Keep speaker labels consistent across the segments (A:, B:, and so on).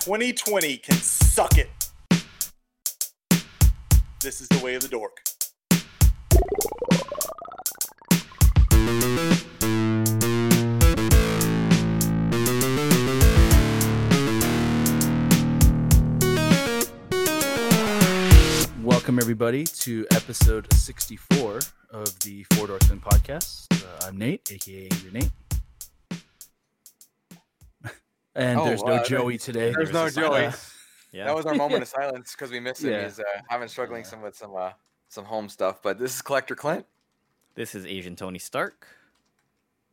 A: 2020 can suck it. This is the way of the dork.
B: Welcome, everybody, to episode 64 of the Four Dorksmen podcast. Uh, I'm Nate, aka Angry Nate. And
C: Oh,
B: there's no
C: uh,
B: Joey today.
C: There's no
B: Uh,
C: Joey.
D: Yeah.
C: That was our moment of silence because we missed him.
B: Yeah.
C: He's uh, having struggling
B: Yeah.
C: some with some uh, some home stuff. But this is Collector Clint.
D: this is Asian Tony Stark.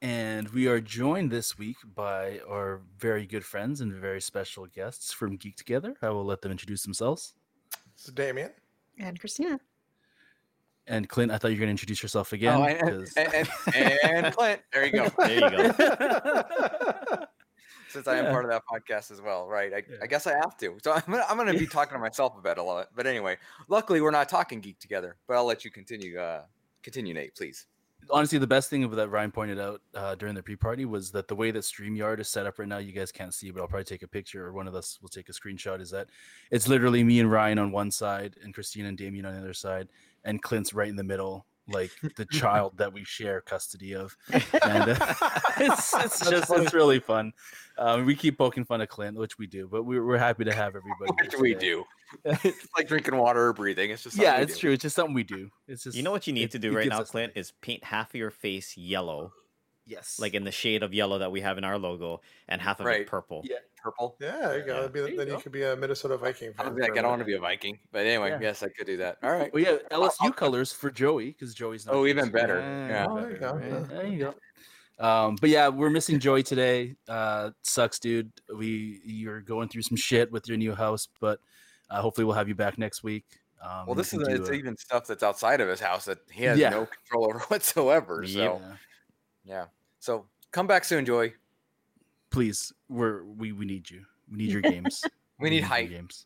B: And we are joined this week by our very good friends and very special guests from Geek Together. I will let them introduce themselves.
E: So Damien,
F: And Christina.
B: And Clint, I thought you were going to introduce yourself again.
C: oh, and,
B: 'cause-
C: and, and, and Clint. There you go.
D: There you go.
C: Since I am
B: Yeah.
C: part of that podcast as well, right? I,
B: Yeah.
C: I guess I have to. So I'm gonna, I'm gonna be talking to myself about a lot. But anyway, luckily we're not talking geek together. But I'll let you continue. Uh, continue, Nate, please.
B: honestly, the best thing that Ryan pointed out uh, during the pre-party was that the way that StreamYard is set up right now, you guys can't see, but I'll probably take a picture or one of us will take a screenshot. Is that it's literally me and Ryan on one side, and Christina and Damien on the other side, and Clint's right in the middle, like the child that we share custody of. And, uh, it's, it's just it's really fun. Um, we keep poking fun at Clint, which we do, but we're, we're happy to have everybody.
C: Which
B: here
C: we
B: today.
C: do. it's like drinking water or breathing. It's just something
B: Yeah,
C: we
B: it's
C: do.
B: true. It's just something we do. It's just
D: You know what you need
B: it-
D: to do
B: it
D: right
B: gives
D: now,
B: us
D: Clint,
B: life.
D: is paint half of your face yellow,
B: yes,
D: like in the shade of yellow that we have in our logo, and half of
C: Right.
D: it purple.
B: Yeah.
C: Purple.
E: yeah, there you go.
D: Yeah,
E: That'd be,
B: there you
E: then you
B: go.
E: could be a Minnesota Viking.
C: I
E: fan
C: don't think I,
E: for
C: can- I
E: a
C: don't want to be
E: minute.
C: a Viking, but anyway,
B: Yeah.
C: yes, I could do that. All right.
B: Well, yeah,
C: I'll-
B: LSU
C: I'll-
B: colors for Joey because Joey's not.
C: Oh,
B: here,
C: even
B: so-
C: better, yeah.
E: Oh, there you go,
B: right?
E: yeah.
B: There you go. Um, but yeah, we're missing Joey today. Uh, sucks, dude. We you're going through some shit with your new house, but uh, hopefully we'll have you back next week. Um, we
C: Well, this
B: can
C: is
B: do
C: it's
B: a-
C: even stuff that's outside of his house that he has
B: Yeah.
C: no control over whatsoever. So
D: Yep.
B: yeah,
C: yeah, so come back soon, Joy.
B: please, we're we we need you. We need your games.
C: We need
B: your
C: height.
B: games.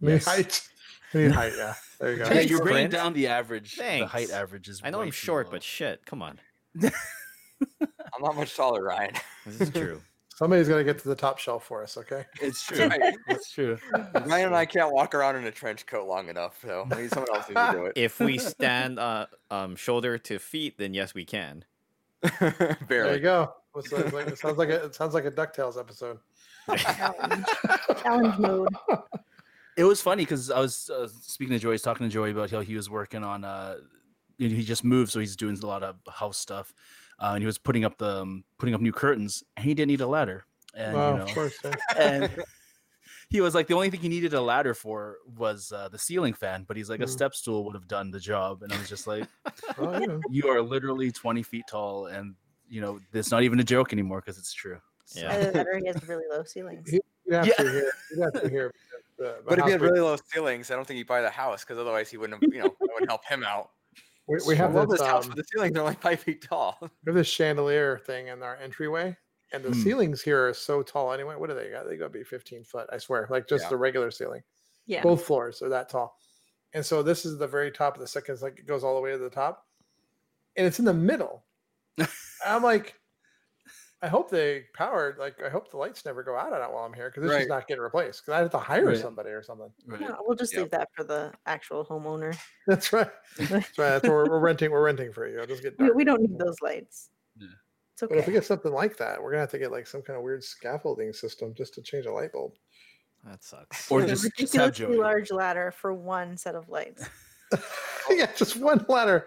E: We need
B: Yes.
E: height. We need height. Yeah, there you go.
B: Yeah,
D: Thanks,
B: you're bringing
D: Clint.
B: down the average. The height
D: Thanks.
B: average is.
D: I know
B: way
D: I'm
B: too
D: short,
B: low.
D: but shit, come on.
C: I'm not much taller, Ryan.
D: This is true.
E: Somebody's got to get to the top shelf for us. Okay.
B: it's true.
C: Right.
B: it's true.
C: Ryan and I can't walk around in a trench coat long enough, so we need someone else to do
D: if we stand uh, um, shoulder to feet, then yes, we can.
C: it.
E: There you
C: Barely.
E: go. What's that- it's like, it sounds like a, it sounds like a Ducktales episode.
F: Challenge. Challenge mode.
B: It was funny because I was uh, speaking to Joey, I was talking to Joey about how he was working on. Uh, you know, he just moved, so he's doing a lot of house stuff, uh, and he was putting up the um, putting up new curtains, and he didn't need a ladder. And,
E: oh,
B: you know,
E: of course. yeah.
B: and he was like, the only thing he needed a ladder for was uh, the ceiling fan, but he's like, a
F: Mm.
E: Mhm.
B: step stool would have done the job. And I was just like,
E: Oh, yeah.
B: you are literally twenty feet tall, and you know, it's not even a joke anymore because it's true. So-
D: Yeah.
F: Either that or he has really low ceilings.
E: You'd have
B: Yeah.
E: to hear. You'd have to hear. uh, my
C: But if he
E: house-
C: had really low ceilings, I don't think he'd buy the house because otherwise he wouldn't. have- You know, that would help him out.
E: we, we have
C: I love
E: this,
C: this house,
E: um,
C: but the ceilings are only five feet tall.
E: we have this chandelier thing in our entryway, and the
B: Hmm.
E: ceilings here are so tall. Anyway, what do they got? They got to be 15 foot. I swear, like just
C: Yeah.
E: the regular ceiling.
F: Yeah.
E: both floors are that tall and so this is the very top of the second it's like it goes all the way to the top and it's in the middle i'm like i hope they powered like i hope the lights never go out on it while i'm here because this is
C: Right.
E: not getting replaced because i have to hire
B: Right.
E: somebody or something
B: Right.
F: No, we'll just
C: Yep.
F: leave that for the actual homeowner.
E: that's right that's right that's what we're, we're renting we're renting for you It'll just get
F: We,
E: dark.
F: we don't need those lights.
B: Yeah.
F: It's
E: but if
F: okay.
E: we get something like that we're gonna have to get like some kind of weird scaffolding system just to change a light bulb
D: That sucks.
B: Or
F: With a
B: just- just have
F: ridiculously
B: Joey.
F: large ladder for one set of lights.
E: yeah just one ladder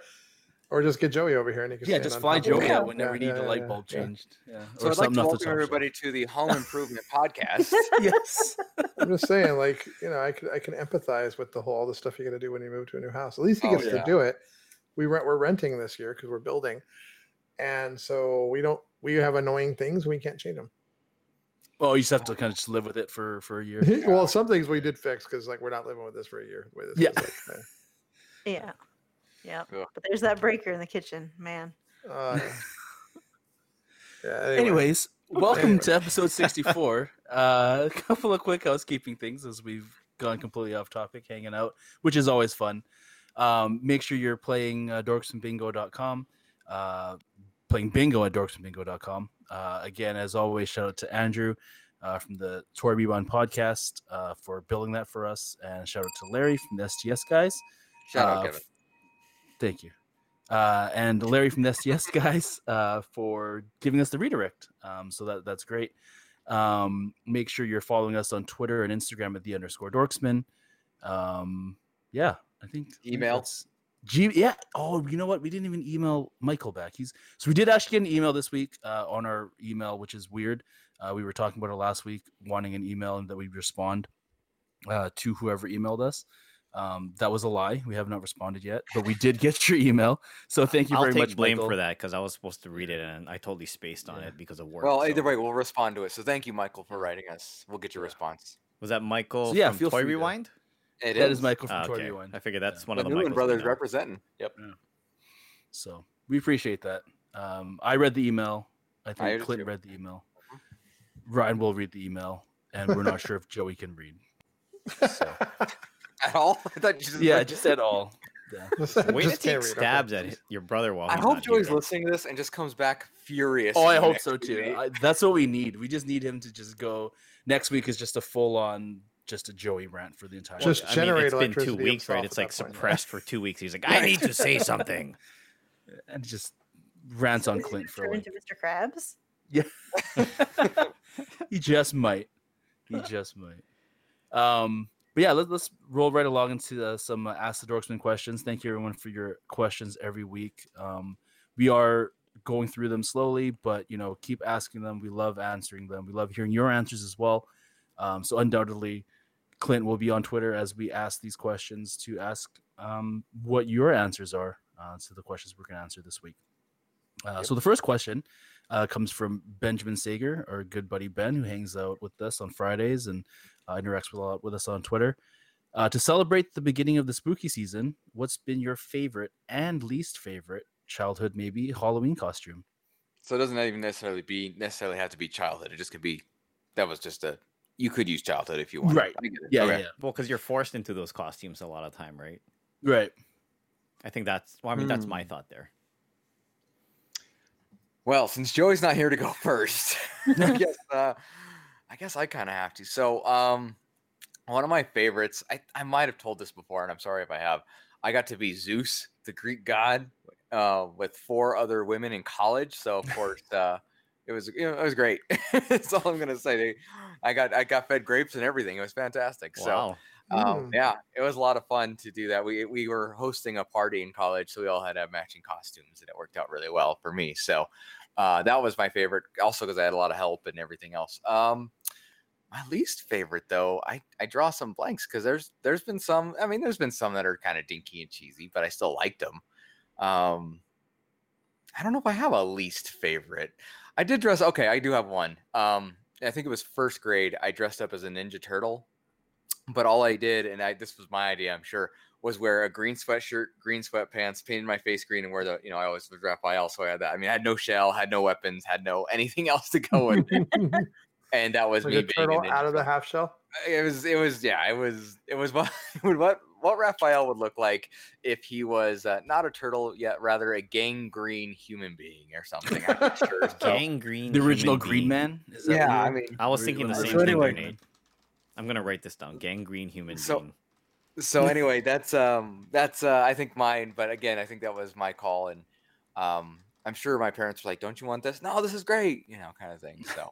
E: or just get joey over here and he can
B: Yeah,
E: stand
B: just
E: on
B: fly
E: top of the
B: Joey
E: wall.
B: out whenever you
E: Yeah,
B: need
E: yeah,
B: the
E: yeah,
B: light bulb
E: yeah.
B: changed. Yeah.
C: So
B: or something
C: I'd like to
B: off the
C: welcome
B: top shelf.
C: everybody to the Home Improvement Podcast.
B: yes.
E: I'm just saying, like, you know, I could I can empathize with the whole all the stuff you got to do when you move to a new house. At least he
C: Oh,
E: gets
C: yeah.
E: to do it. We rent we're renting this year because we're building, and so we don't we have annoying things we can't change them.
B: Well, Oh, you just have to kind of just live with it for for a year.
E: well, some things we did fix because like we're not living with this for a year. the way this
B: Yeah.
E: is, like,
F: Yeah. Yeah.
C: Yeah.
F: But there's that breaker in the kitchen, man.
E: uh, uh, yeah. Anyway,
B: Anyways, welcome to episode 64. uh, a couple of quick housekeeping things as we've gone completely off topic, hanging out, which is always fun. Um, make sure you're playing uh, dorksandbingo.com, uh, playing bingo at dorksandbingo.com. Uh, again, as always, shout out to Andrew. Uh, uh, from the Torbibon podcast uh, for building that for us. And shout out to Larry from the STS guys.
C: Shout
B: Uh,
C: out, Kevin.
B: f- Thank you. Uh, and Larry from the STS guys uh, for giving us the redirect. Um, so that that's great. Um, make sure you're following us on Twitter and Instagram at the underscore dorksman. Um, yeah, I think I think
C: Email.
B: that's- G- yeah. Oh, you know what? We didn't even email Michael back. He's so we did actually get an email this week uh, on our email, which is weird. Uh, we were talking about it last week, wanting an email and that we respond uh, to whoever emailed us. Um, that was a lie. We have not responded yet, but we did get your email. So thank you
D: I'll
B: very
D: take
B: much,
D: blame
B: Michael.
D: for that because I was supposed to read it and I totally spaced on
B: Yeah.
D: it because of work.
C: Well,
D: so-
C: either way, we'll respond to it. So thank you, Michael, for writing us. We'll get your response.
D: was that Michael?
B: So yeah,
D: from
B: feel
D: Toy
B: free to-
D: Rewind.
C: It
B: That is Michael from
D: Ah,
B: Toy
D: okay.
B: Rewind.
D: I figured that's
B: Yeah.
D: one
C: The
D: of the
C: Newman
D: Michaels we
C: brothers
D: know.
C: representing. Yep.
B: So we appreciate that. Um, I read the email. I Mm-hmm.
C: I
B: think
C: did
B: Clint
C: too.
B: read the email. Ryan will read the email, and we're not sure if Joey can read.
C: At all? I thought you just
B: Yeah,
C: read-
B: just at all.
D: Way to
E: Just can't
D: take
E: read, okay.
D: stabs at hi- your brother while
C: I
D: he's
C: hope
D: not here.
C: Joey's listening to this and just comes back furious.
B: Oh,
C: in
B: I
C: the
B: hope
C: next
B: so
C: few
B: too.
C: days.
B: I, that's what we need. We just need him to just go. Next week is just a full on, just a Joey rant for the entire.
E: Just
B: week.
D: I mean,
E: generate
D: it's been two
E: electricity
D: weeks, right?
E: himself
D: It's
E: at
D: like
E: that point.
D: suppressed for two weeks. He's like, I need to say something.
B: and just rants on
F: Does he
B: Clint for a
F: turn
B: week.
F: into Mr. Krabs.
B: he just might. He just might. Um, but yeah, let, let's roll right along into uh, some uh, Ask the Dorksman questions. Thank you, everyone, for your questions every week. Um, we are going through them slowly, but you know, keep asking them. We love answering them. We love hearing your answers as well. Um, so undoubtedly, Clint will be on Twitter as we ask these questions to ask um, what your answers are uh, to the questions we're going to answer this week. Uh, So the first question uh, comes from Benjamin Sager, our good buddy Ben, who hangs out with us on Fridays and uh, interacts with a lot with us on Twitter. Uh, to celebrate the beginning of the spooky season, what's been your favorite and least favorite childhood, maybe Halloween costume?
C: So it doesn't even necessarily be necessarily have to be childhood. It just could be that was just a you could use childhood if you want.
B: Right.
C: I get it.
B: Oh, Yeah,
C: Okay.
B: yeah,
D: Well, because you're forced into those costumes a lot of time, right?
B: yeah. right.
D: I think that's. Well, I mean, that's my thought there.
C: Well, since Joey's not here to go first, I guess uh, I guess I kind of have to. So, um, one of my favorites, I, I might have told this before, and I'm sorry if I have. I got to be Zeus, the Greek god, uh, with four other women in college. So, of course, uh, it was you know, it was great. That's all I'm gonna say. They, I got I got fed grapes and everything. It was fantastic. So,
D: Wow.
C: Um,
E: Mm.
C: yeah, it was a lot of fun to do that. We we were hosting a party in college, so we all had to have matching costumes, and it worked out really well for me. So uh, that was my favorite, also because I had a lot of help and everything else. Um, my least favorite, though, I I draw some blanks because there's there's been some. I mean, there's been some that are kind of dinky and cheesy, but I still liked them. Um, I don't know if I have a least favorite. I did dress. Okay, I do have one. Um, I think it was first grade. I dressed up as a Ninja Turtle but all I did, and I this was my idea, I'm sure, was wear a green sweatshirt, green sweatpants, painted my face green, and wear the you know I always was Raphael, so I had that. I mean, I had no shell, had no weapons, had no anything else to go with, it, and that was
E: like
C: me
E: a
C: being a
E: turtle
C: ninja
E: out of the
C: turtle.
E: half shell.
C: It was it was yeah, it was it was what what what Raphael would look like if he was uh, not a turtle yet, rather a gangrene human being or something. I'm not sure. so-
D: Gang green.
B: The original
D: human
B: Green
D: being.
B: Man. Is
C: yeah,
B: what
C: I
B: you-
C: mean,
D: I was
B: The
D: thinking the
B: original
D: same
E: Green
D: thing,
E: Man.
D: there, Nate. I'm gonna write this down. Gang green human
C: So-
D: being.
C: so anyway that's um that's uh i think mine but again i think that was my call and um i'm sure my parents were like don't you want this no this is great you know kind of thing so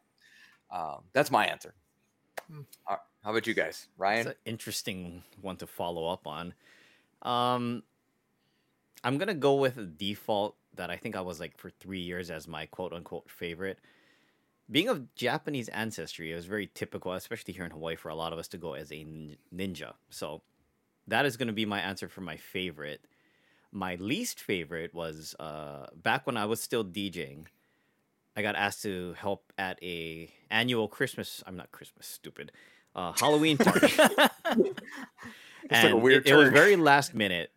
C: um that's my answer
E: Hmm.
C: Uh, how about you guys ryan
D: That's an interesting one to follow up on. Um, I'm gonna go with a default that I think I was like for three years as my quote unquote favorite. Being of Japanese ancestry, it was very typical, especially here in Hawaii, for a lot of us to go as a nin- ninja. So that is gonna be my answer for my favorite. My least favorite was uh, back when I was still DJing. I got asked to help at a annual Christmas. I'm not Christmas, stupid. Uh, Halloween party.
C: like a
D: And
C: weird
D: it, it was
C: turn.
D: very last minute,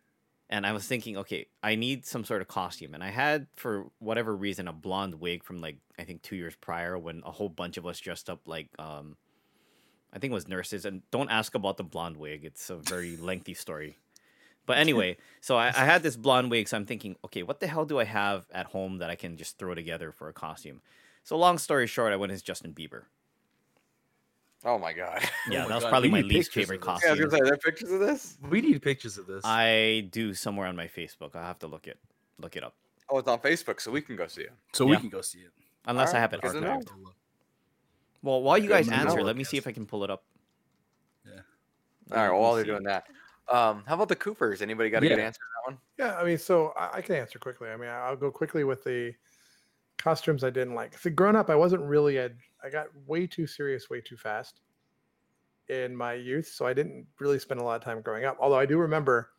D: and I was thinking, okay, I need some sort of costume, and I had for whatever reason a blonde wig from like I think two years prior when a whole bunch of us dressed up like um, I think it was nurses. And don't ask about the blonde wig; it's a very lengthy story. But anyway, so I, I had this blonde wig, so I'm thinking, okay, what the hell do I have at home that I can just throw together for a costume? So long story short, I went as Justin Bieber.
C: Oh my god.
D: Yeah,
B: my
D: that was
B: God,
D: probably
B: we
D: my
B: need
D: least
B: pictures
D: favorite
B: of this.
C: Yeah, I
D: costume.
C: was gonna say, there are pictures of this?
B: We need pictures of this.
D: I do somewhere on my Facebook. I'll have to look it look it up.
C: Oh, it's on Facebook, so we can go see it.
B: so we
D: yeah.
B: can go see it.
D: Unless I
C: Alright,
D: have it
C: good to know.
D: archived. Well, while you
B: Good
D: guys
B: to
D: answer,
B: know.
D: let me see if I can pull it up.
C: All right,
D: Let me
C: while they're
D: see.
C: doing that. Um, how about the Coopers? Anybody got a good
B: Yeah.
C: answer to that one?
E: Yeah, I mean, so I, I can answer quickly. I mean, I'll go quickly with the costumes I didn't like. So growing up, I wasn't really a. I got way too serious, way too fast in my youth, so I didn't really spend a lot of time growing up. Although I do remember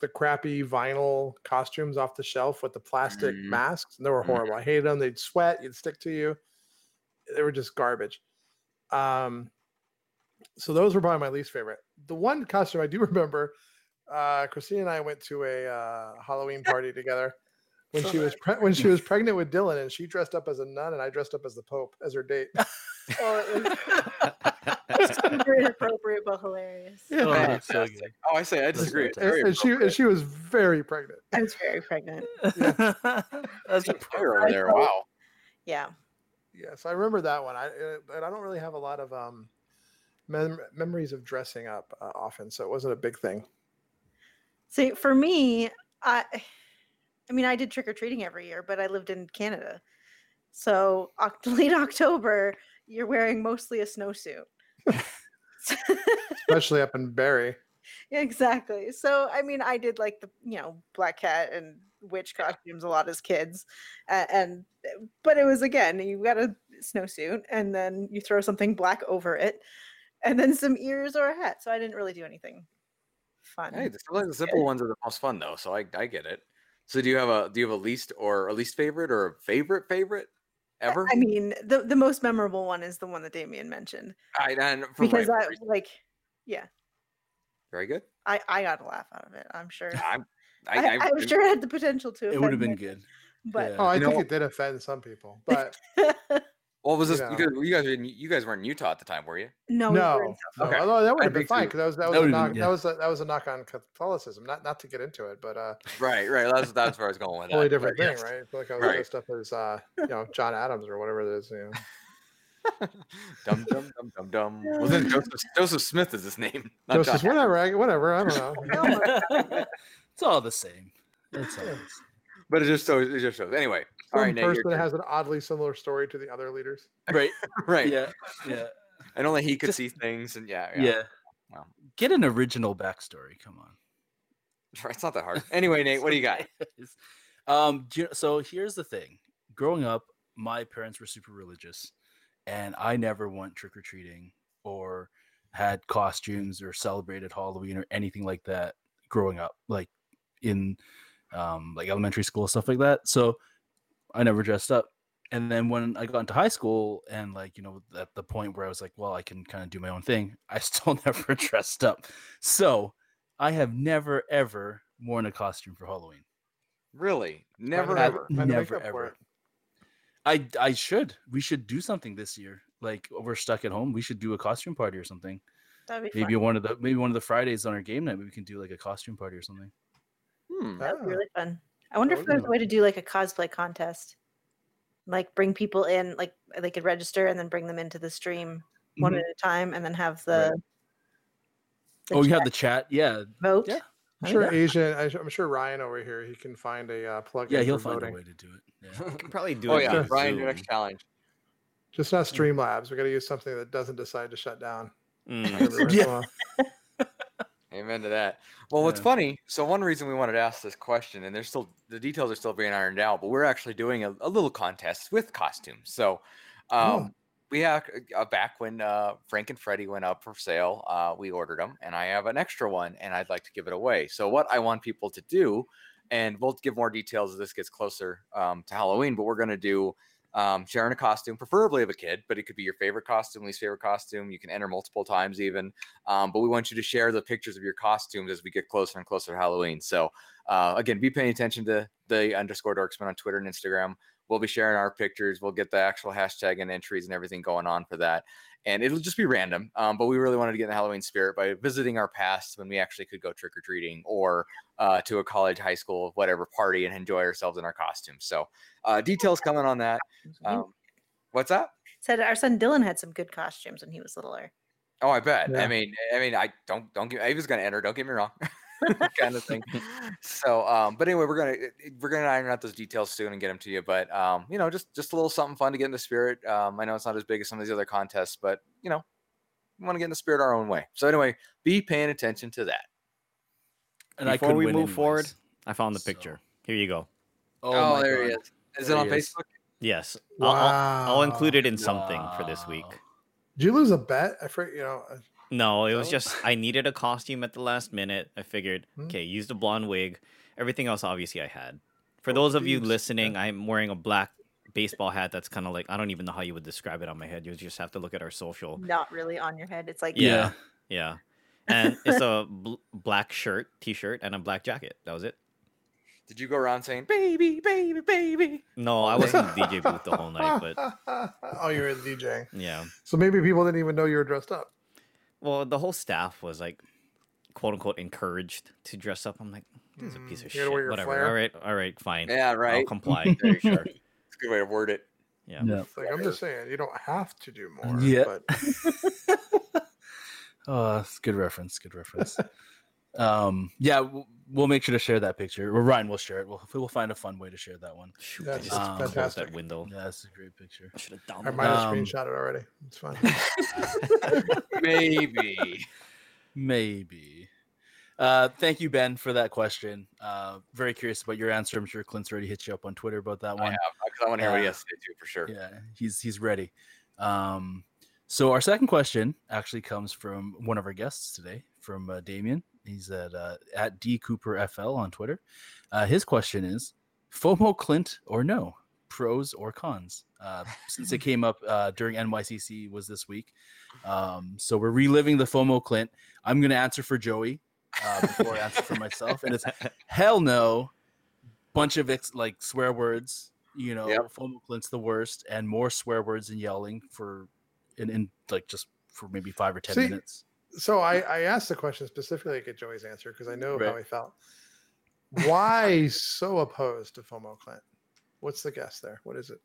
E: the crappy vinyl costumes off the shelf with the plastic
C: Mhm.
E: masks, and they were
C: Mhm.
E: horrible. I hated them. They'd sweat, you'd stick to you. They were just garbage. Um, so those were probably my least favorite. The one costume I do remember, uh, Christine and I went to a uh, Halloween party together when she was pre- when she was pregnant with Dylan, and she dressed up as a nun, and I dressed up as the Pope as her date. oh,
F: Super inappropriate but hilarious.
E: it
B: Oh,
E: was-
B: that's so
C: Fantastic. Oh, I say I disagree. It's
E: and,
C: very
E: and she and
C: appropriate.
E: she was very pregnant.
F: I was very pregnant.
B: good. That's
C: There's a prayer over
F: I
C: there.
F: thought-
C: Wow.
F: Yeah.
E: Yeah, so I remember that one. I uh, but I don't really have a lot of um mem- memories of dressing up uh, often, so it wasn't a big thing.
F: See, for me, I I mean, I did trick or treating every year, but I lived in Canada. So, oct- late October, you're wearing mostly a snowsuit.
E: especially up in Barry.
F: Yeah, exactly. So, I mean, I did like the, you know, black cat and witch costumes a lot as kids. And, and but it was again, you got a snowsuit and then you throw something black over it and then some ears or a hat. So, I didn't really do anything fun.
C: Hey, the- sometimes the simple ones are the most fun though, so I, I get it. So do you have a do you have a least or a least favorite or a favorite favorite ever?
F: I mean, the the most memorable one is the one that Damien mentioned
C: I, and for
F: because I
C: whatever reason-
F: like, yeah,
C: very good.
F: I I got a laugh out of it. I'm sure.
C: I'm I,
F: I,
C: I,
F: I, am sure it had the potential to.
B: It would have
F: offend
B: been
F: me,
B: good.
F: but
E: Oh, I
C: You know
E: think
C: what-
E: it did offend some people, but
C: Well, was this
E: Yeah.
C: because you guys were in, you guys were in Utah at the time, were you?
F: no, we were in
E: no, no.
C: Okay.
E: although that would
C: I
E: have been
C: think
E: fine
C: too.
E: because that was that
B: That
E: was a
B: would've been-
E: knock
B: yeah.
E: that was a, that was a knock on Catholicism. Not not to get into it, but uh,
C: Right, right. That's that's where I was going with that.
E: totally
C: but
E: different thing,
C: yes.
E: right? I feel like I was
C: Right.
E: dressed up as uh, you know John Adams or whatever it is. You know.
C: dum dum dum dum dum. Was it Joseph, Joseph Smith is his name? not John
E: Joseph, whatever, I, whatever. I don't know.
F: Utah. No,
B: it's all the same. It's all the same.
C: But it just so it just shows. Anyway, all
E: One
C: right, Nate, your
E: person
C: turn.
E: has an oddly similar story to the other leaders.
C: right, right.
B: Yeah, yeah,
C: And only he could
B: Just-
C: see things, and yeah,
B: yeah.
C: yeah. Wow.
B: Get an original backstory. Come on.
C: It's not that hard. Anyway, Nate, what do you got?
B: It's- um, do you- so here's the thing. Growing up, my parents were super religious, and I never went trick or treating or had costumes or celebrated Halloween or anything like that growing up, like in um, like elementary school stuff like that. So I never dressed up. And then when I got into high school, and like you know, at the point where I was like, well, I can kind of do my own thing, I still never dressed up. So I have never ever worn a costume for Halloween.
C: Really, never
E: I've-
C: ever.
E: I'd make
B: Never
E: up for
B: ever.
E: it.
B: I I should. We should do something this year. Like we're stuck at home. We should do a costume party or something.
F: That'd be
B: Maybe
F: fun.
B: one of the maybe one of the Fridays on our game night. We can do like a costume party or something.
C: Hmm.
F: That'd be
E: Ah.
F: really fun.
B: Oh,
F: I wonder if
E: would
F: there's
E: be
F: a way to do like a cosplay contest, like bring people in, like they could register and then bring them into the stream one
B: Mhm.
F: at a time, and then have
B: Right.
F: the. the
B: oh, you
F: chat
B: have the chat. Yeah,
F: vote.
B: yeah.
E: I'm
B: Oh,
E: sure
B: yeah.
E: Asian. I- I'm sure Ryan over here. He can find a uh, plug.
B: yeah.
E: in
B: He'll
E: for
B: find
E: voting.
B: a way to do it. Yeah.
D: You can probably do
C: Oh
D: it.
C: yeah,
D: via
C: Brian, your
D: Zoom.
C: next challenge.
E: Just not Streamlabs. We got to use something that doesn't decide to shut down.
D: Mm.
E: every once in a while.
C: Amen to that. Well, what's
B: Yeah.
C: funny? So one reason we wanted to ask this question, and there's still the details are still being ironed out, but we're actually doing a, a little contest with costumes. So, um, we have uh, back when uh, Frank and Freddy went up for sale, uh, we ordered them, and I have an extra one, and I'd like to give it away. So what I want people to do, and we'll give more details as this gets closer um, to Halloween, but we're gonna do. Um, sharing a costume, preferably of a kid, but it could be your favorite costume, least favorite costume. You can enter multiple times, even. Um, but we want you to share the pictures of your costumes as we get closer and closer to Halloween. So, uh, again, be paying attention to the underscore dorksman on Twitter and Instagram. We'll be sharing our pictures. We'll get the actual hashtag and entries and everything going on for that. And it'll just be random. Um, but we really wanted to get in the Halloween spirit by visiting our past when we actually could go trick or treating or uh, to a college, high school, whatever party and enjoy ourselves in our costumes. So, uh, details coming on that.
F: I mean,
C: Um, what's that?
F: said our son Dylan had some good costumes when he was littler.
C: Oh, I bet.
E: Yeah.
C: I mean, I mean, I don't don't get. I was gonna enter. Don't get me wrong, kind of thing. So, um, but anyway, we're gonna it- it- we're gonna iron out those details soon and get them to you. But um, you know, just just a little something fun to get in the spirit. Um, I know it's not as big as some of these other contests, but you know, we want to get in the spirit our own way. So anyway, be paying attention to that.
B: And I
D: Before
B: could
D: we
B: win
D: move
B: anyways.
D: forward, I found the
B: So-
D: picture. Here you go.
B: Oh, my
C: there he
B: God.
C: is. Is
B: There
C: it on
B: he is.
C: Facebook?
D: Yes, I'll- I'll,
E: Wow.
D: I'll include it in something for this week.
B: Wow.
E: Did you lose a bet? I forget. You know, I-
D: No, it was
E: So-
D: just I needed a costume at the last minute. I figured,
E: Hmm.
D: okay, use the blonde wig. Everything else, obviously, I had.
E: Oh,
D: For those of you
E: geez.
D: listening, I'm wearing a black baseball hat. That's kind of like I don't even know how you would describe it on my head. You just have to look at our
E: Mm.
D: social.
F: Not really on your head. It's like
D: Yeah. Yeah, and it's a bl- black shirt, t-shirt, and a black jacket. That was it.
C: Did you go around saying "baby, baby, baby"?
D: No, I was in the DJ booth the whole night, but
E: oh, you were DJing.
D: yeah.
E: So maybe people didn't even know you were dressed up.
D: Well, the whole staff was like, quote unquote, encouraged to dress up. I'm like, it's a piece of
E: Mm, you
D: shit.
E: gotta wear your
D: Whatever.
E: flare.
D: All right, all right, fine.
C: Yeah,
D: I'll
C: right.
D: comply.
C: There you go.
D: Sure.
C: It's a good way to word it.
D: Yeah.
B: No.
E: It's like I'm just saying, you don't have to do more.
B: Yeah.
E: But
B: Oh, that's good reference. Good reference. um, yeah, w- we'll make sure to share that picture. Well, Ryan will share it. We'll we'll find a fun way to share that one.
D: Shoot,
E: That's
D: I just
B: um,
D: closed
E: fantastic.
D: that window.
B: Yeah, that's a great picture.
D: I should have
E: I
D: downloaded.
E: might have
B: Um,
E: screenshot it already. It's fine.
C: Maybe.
B: Maybe. Uh, thank you, Ben, for that question. Uh, very curious about your answer. I'm sure Clint's already hit you up on Twitter about that
C: I
B: one.
C: have. 'cause I want to hear what he
B: Yeah.
C: has to say too, for sure.
B: Yeah, he's he's ready. Um, so our second question actually comes from one of our guests today, from uh, Damien. He's at uh, at D Cooper FL on Twitter. Uh, his question is: FOMO Clint or no? Pros or cons? Uh, since it came up uh, during NYCC was this week, um, so we're reliving the FOMO Clint. I'm going to answer for Joey uh, before I answer for myself, and it's hell no bunch of ex- like swear words you know
C: Yep.
B: FOMO clint's the worst and more swear words and yelling for and, and like just for maybe five or ten
E: See,
B: minutes
E: So I, I asked the question specifically to get Joey's answer because I know how
B: Right.
E: he felt. Why so opposed to FOMO Clint? What's the guess there? What is it?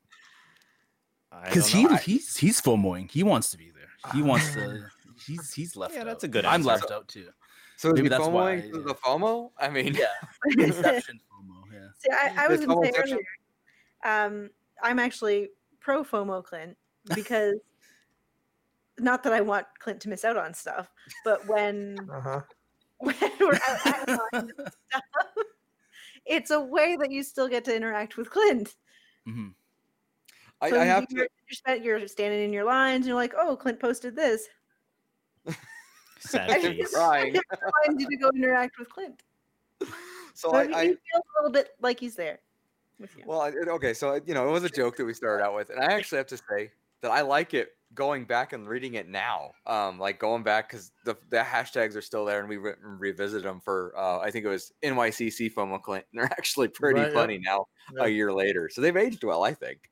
B: because he he's he's FOMOing he wants to be there he wants to he's he's left
D: Yeah,
B: out.
D: that's a good
B: Ah, i'm
D: answer.
B: left out too
C: So is
B: Maybe
C: he
B: that's why,
C: FOMOing through
B: yeah.
C: the FOMO? I mean,
B: yeah exception FOMO yeah
F: See, I, I was
C: It's
F: going to say
C: almost
F: earlier, um, I'm actually pro FOMO Clint because not that I want Clint to miss out on stuff, but when,
E: Uh huh.
F: when we're out at lines and stuff, it's a way that you still get to interact with Clint.
B: Mhm.
C: I,
F: So
C: I have
F: you're,
C: to.
F: you're spent- you're standing in your lines, and you're like, "Oh, Clint posted this.
D: sad
F: I'm
D: face.
C: Crying.
F: I need to go interact with Clint."
C: So
F: So
C: I,
F: you
C: I
F: you feel a little bit like he's there with you.
C: well, I, it- okay. So I- you know, it was a joke that we started out with, and I actually have to say that I like it going back and reading it now. Um, like going back because the the hashtags are still there, and we re- revisited them for. Uh, I think it was NYCC FOMO Clinton. They're actually pretty
E: Right, yeah.
C: funny now,
E: Yeah,
C: a year later. So they've aged well, I think.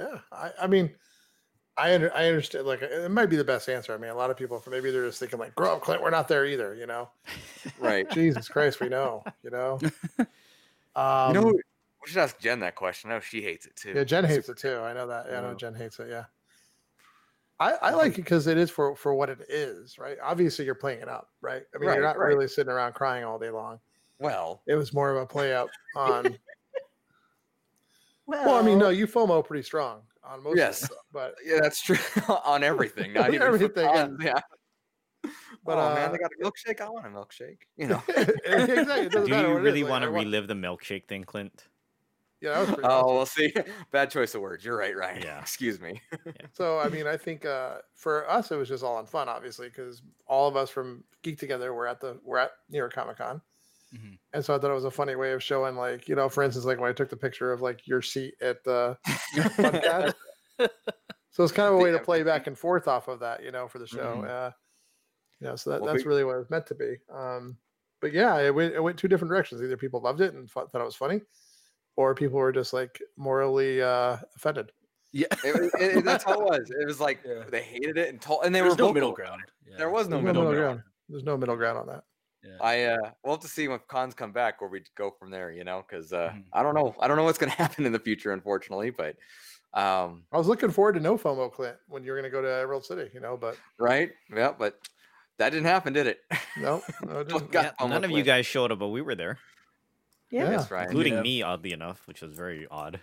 E: yeah. I, I mean, I under, I understand. Like, it might be the best answer. I mean, a lot of people, maybe they're just thinking like, "Grow up, Clint. We're not there either." You know,
C: Right.
E: Jesus Christ, we know. You know.
C: you
E: Um,
C: know, we should ask Jen that question. I know she hates it too.
E: Yeah, Jen hates it too. I know that. Yeah, I know
B: Wow.
E: Jen hates it. Yeah, I, I like it because it is for for what it is, right? Obviously, you're playing it up, right? I mean,
C: Right,
E: you're not
C: right.
E: really sitting around crying all day long.
C: Well,
E: It was more of a play up on. well, I mean, no, you FOMO pretty strong on most. of
C: Yes.
E: the stuff, but
C: yeah, that's true on everything. Not even for
E: Everything, yeah.
C: cons, yeah.
E: But,
C: oh man,
E: uh,
C: they got a milkshake. I want a milkshake. You know.
E: exactly, it
D: Do
E: doesn't matter
D: you
E: what it is,
D: really
E: like,
D: want
E: I
D: to relive the milkshake thing, Clint?
E: Yeah, that was pretty. awesome.
C: oh, we'll see. Bad choice of words. You're right, Ryan.
D: Yeah.
C: Excuse me.
E: So I mean, I think uh, for us it was just all in fun, obviously, because all of us from Geek Together were at the were at New York Comic Con,
C: Mm-hmm.
B: Mhm.
E: and so I thought it was a funny way of showing, like, you know, for instance, like when I took the picture of like your seat at the podcast. so it's kind of a way to play back and forth off of that, you know, for the show. Uh, you know, so that,
C: Mm-hmm. Well,
E: that's
C: we-
E: really what it's meant to be. Um, but yeah, it went it went two different directions. Either people loved it and thought thought it was funny, or people were just like morally uh, offended.
B: yeah
C: It, was- it- it- that's how it was. It was like
B: Yeah.
C: they hated it and told, and they
B: there's
C: were
B: no middle
C: vocal.
B: ground Yeah.
C: There was no
E: There's
C: middle ground.
E: There's no middle ground on that.
C: I uh, we'll have to see when cons come back where we go from there. You know, because uh,
B: Mhm.
C: I don't know. I don't know what's going to happen in the future, unfortunately. But Um,
E: I was looking forward to no FOMO, Clint, when you were going to go to Emerald City, you know, but
C: right? Yeah, but that didn't happen, did it?
E: no, no, it didn't.
C: Got
D: Yeah,
C: FOMO
D: none of you
C: quick.
D: guys showed up, but we were there,
F: Yeah.
C: That's right.
D: including
B: Yeah.
D: me, oddly enough, which was very odd.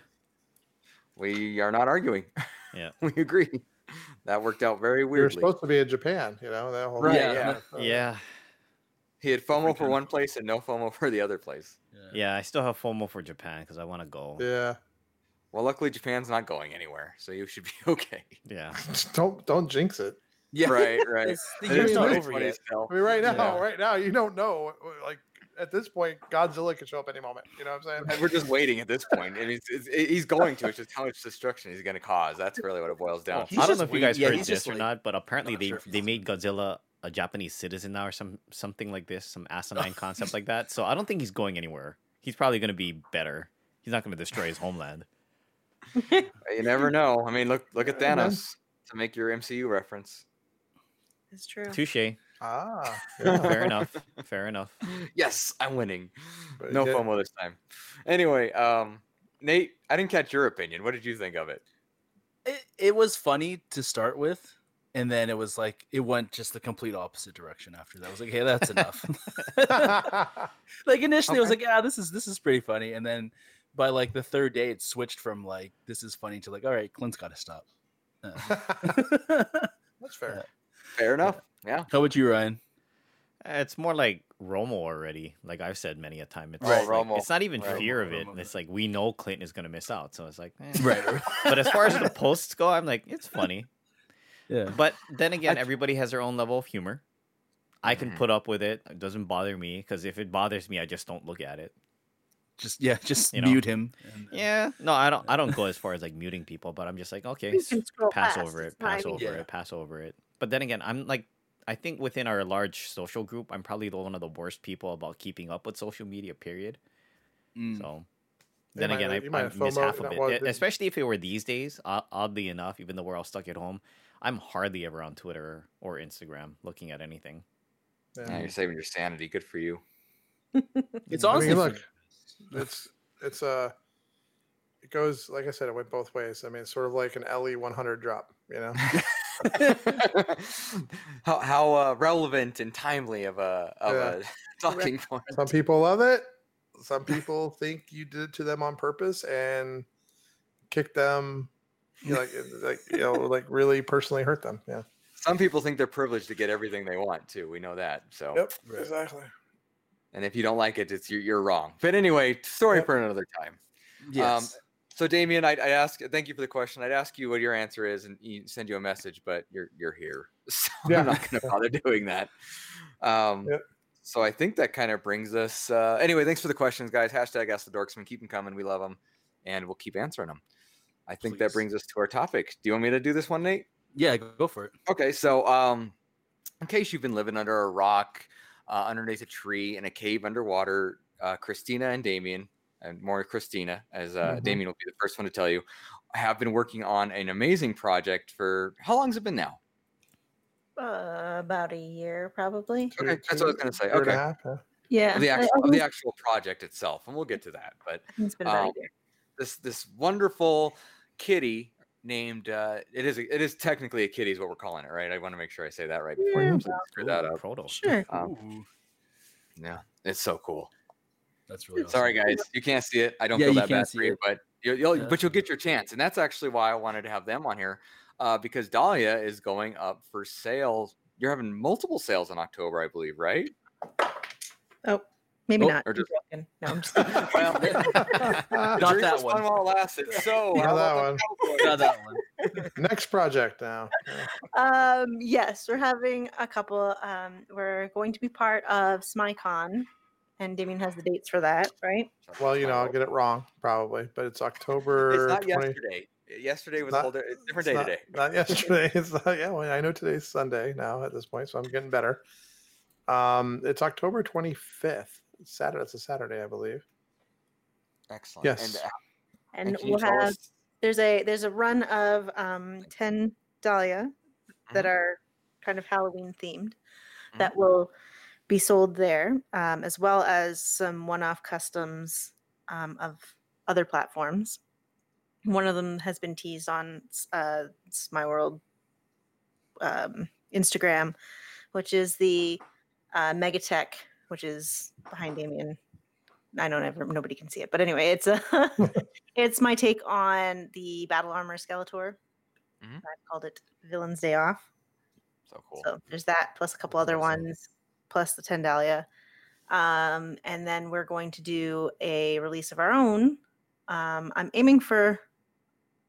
C: We are not arguing.
D: Yeah.
C: we agree. That worked out very
E: we were
C: weirdly.
E: supposed to be in Japan, you know, that whole
C: Right,
E: thing.
C: yeah.
E: So,
D: Yeah,
C: he had FOMO for
B: freaking-
C: one place and no FOMO for the other place.
D: yeah. I still have FOMO for Japan because I want to go.
E: yeah.
C: Well, luckily Japan's not going anywhere, so you should be okay.
D: Yeah,
E: Don't don't jinx it.
B: Yeah.
C: Right, right.
B: It's- the
C: I think
B: year's
E: it's
B: not
E: really
B: over yet.
E: I mean, right now,
D: Yeah.
E: right now, you don't know. uh, Like at this point, Godzilla could show up any moment. You know what I'm saying?
C: And we're just waiting at this point. And it's, it's, he's going to. It's just how much destruction he's going to cause. That's really what it boils down to.
B: He's
D: I don't
B: just
D: know if you
B: wait-
D: guys
B: yeah,
D: heard
B: he's
D: this
B: just,
D: or
B: like,
D: not, but apparently
B: not
D: they
B: sure if he's
D: they
B: listening.
D: made Godzilla a Japanese citizen now or some something like this, some asinine concept like that. So I don't think he's going anywhere. He's probably going to be better. He's not going to destroy his homeland.
C: You never know. I mean, look look at
E: Yeah, man.
C: Thanos to make your MCU reference.
F: It's true.
D: Touche.
E: Ah, yeah.
D: Fair enough. Fair enough.
C: Yes, I'm winning.
E: But
C: No
E: yeah,
C: FOMO this time. Anyway, um, Nate, I didn't catch your opinion. What did you think of it?
B: it, it was funny to start with and then it was like it went just the complete opposite direction after that i was like hey that's enough like initially i was like yeah this is this is pretty funny and then by like the third day it switched from like this is funny to like all right clint's gotta stop Uh,
E: That's fair.
C: Fair enough. Yeah.
B: how about you ryan
D: It's more like Romo already. Like I've said many a time, it's
C: Right.
D: just like-
C: Romo.
D: it's not even
C: Right.
D: fear
B: Romo,
D: of it.
B: Romo.
D: It's like we know Clinton is going to miss out, so it's like. eh.
B: right
D: But as far as the posts go, I'm like it's funny.
B: yeah
D: But then again, everybody has their own level of humor. I can
C: Mhm.
D: put up with it. It doesn't bother me because if it bothers me, I just don't look at it.
B: just yeah just
D: You know.
B: mute him and- and-
D: Yeah, no, I don't. I don't go as far as like muting people, but I'm just like, okay,
F: You can
D: s-
F: scroll
D: pass
F: past,
D: over
F: it's
D: it, pass
F: fine.
D: over
B: Yeah.
D: it, pass over it. But then again, I'm like, I think within our large social group, I'm probably the one of the worst people about keeping up with social media. Period.
B: Mm.
D: So
E: You
D: then
E: might
D: again,
E: have-
D: I,
E: you might
D: I
E: have
D: miss
E: FOMO,
D: half
E: not
D: of it,
E: want
D: E-
E: to-
D: especially if it were these days. o- Oddly enough, even though we're all stuck at home, I'm hardly ever on Twitter or Instagram looking at anything.
C: Yeah,
E: Yeah.
C: you're saving your sanity. Good for you.
B: it's
E: I mean,
B: honestly
E: look,
B: funny.
E: it's it's uh it goes like I said, it went both ways. I mean, it's sort of like an LE one hundred drop, you know.
C: how how uh, relevant and timely of a of a talking point.
E: Some people love it. Some people think you did it to them on purpose and kick them, you know, like like you know, like really personally hurt them. Yeah.
C: Some people think they're privileged to get everything they want too. We know that. So,
E: Yep.
B: Right.
E: Exactly.
C: and if you don't like it, it's you're, you're wrong. But anyway, story
E: Yep.
C: for another time. Um,
B: yes
C: So, Damien, I'd, I'd ask. Thank you for the question. I'd ask you what your answer is and e- send you a message, but you're you're here, so
E: Yeah.
C: I'm not going to bother doing that. Um,
E: Yep.
C: So I think that kind of brings us. Uh, anyway, thanks for the questions, guys. Hashtag Ask the Dorksman. Keep them coming. We love them, and we'll keep answering them. I think that
B: Please.
C: brings us to our topic. Do you want me to do this one, Nate?
B: yeah go go for it
C: Okay, so um, in case you've been living under a rock, uh, underneath a tree, in a cave underwater, uh, Christina and Damien, and more Christina, as uh,
F: Mm-hmm.
E: Mhm.
C: Damien will be the first one to tell you, have been working on an amazing project for how long's it been now?
F: Uh, about a year, probably.
C: Okay, that's what I was gonna say. Okay.
F: Yeah.
C: Of the
F: I- I
C: actual, of the
F: think
C: actual project itself, and we'll get to that. But
F: it's been about a
C: um,
F: year.
C: this this wonderful kitty named uh, it is it is technically a kitty is what we're calling it, right? I want to make sure I say that right before
F: Yeah,
C: you screw that
D: Ooh,
C: up.
D: Proto.
F: Sure.
C: Um,
B: Ooh,
C: yeah, it's so cool.
B: that's really awesome.
C: Sorry, guys, you can't see it. I don't
B: Yeah,
C: feel
B: you
C: that
B: can't
C: bad
B: see
C: for you,
B: it.
C: but you'll, you'll
B: Yeah.
C: but you'll get your chance, and that's actually why I wanted to have them on here, uh, because Dahlia is going up for sale. You're having multiple sales in October, I believe, right?
F: Oh, maybe
B: Oh,
F: not.
C: or
F: I'm
C: just-
F: joking. No, I'm just
C: well,
E: okay.
B: Not
C: dream
B: that
C: was
B: one.
C: fun while it lasted. So,
E: Not
C: how
E: that
C: about
E: one.
C: the Cowboys?
B: Not that one.
E: Next project now.
F: um yes we're having a couple um we're going to be part of smicon and damien has the dates for that right
E: Well, you know, I'll get it wrong probably, but it's
C: It's
E: October.
C: not
E: 20
C: yesterday. Yesterday was
E: not-
C: a whole di- it's a different day
E: It's
C: today.
E: not, Not yesterday. It's not, yeah, well, I know today's Sunday now at this point, so I'm getting better. Um, it's October 25th. It's Saturday. It's a Saturday, I believe.
C: Excellent.
E: Yes.
C: And, uh,
F: and
C: can you
F: we'll
C: tell
F: have
C: us-
F: there's a there's a run of um 10 dahlia that
C: Mhm.
F: are kind of halloween themed that will be sold there um, as well as some one-off customs um, of other platforms One of them has been teased on uh, it's my world um, Instagram, which is the uh, Megatech, which is behind Damien. I don't ever nobody can see it, but anyway, it's a it's my take on the battle armor Skeletor.
C: Mhm.
F: I've called it Villains Day Off.
C: So cool.
F: So there's that, plus a couple other
D: Awesome.
F: ones, plus the Tendalia. Um, and then we're going to do a release of our own. Um, I'm aiming for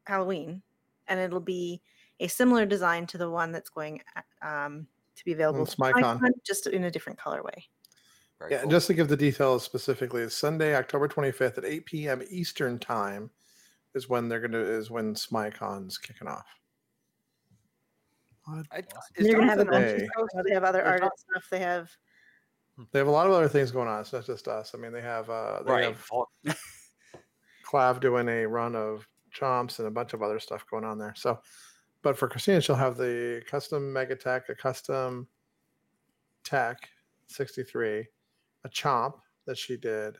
F: Halloween, and it'll be a similar design to the one that's going uh, um, to be available,
E: It's
F: for
E: MyCon.
F: MyCon, just in a different colorway.
C: Very
E: Yeah, and
C: cool.
E: just to give the details specifically, it's Sunday, October 25th at 8 p.m. Eastern time is when they're gonna is when SmyCon's kicking off. What?
C: I, is
F: They're gonna have a
C: Jonathan
F: bunch
C: Majors
E: Hey.
F: of stuff. They have other
E: They're
F: artist
E: talking-
F: stuff. They have
E: They have a lot of other things going on. It's not just us. I mean, they have uh they
C: Hmm. Right.
E: have
C: Well,
E: Clav doing a run of chomps and a bunch of other stuff going on there. So, but for Christina, she'll have the custom Mega Tech, a custom Tech 63, a chomp that she did,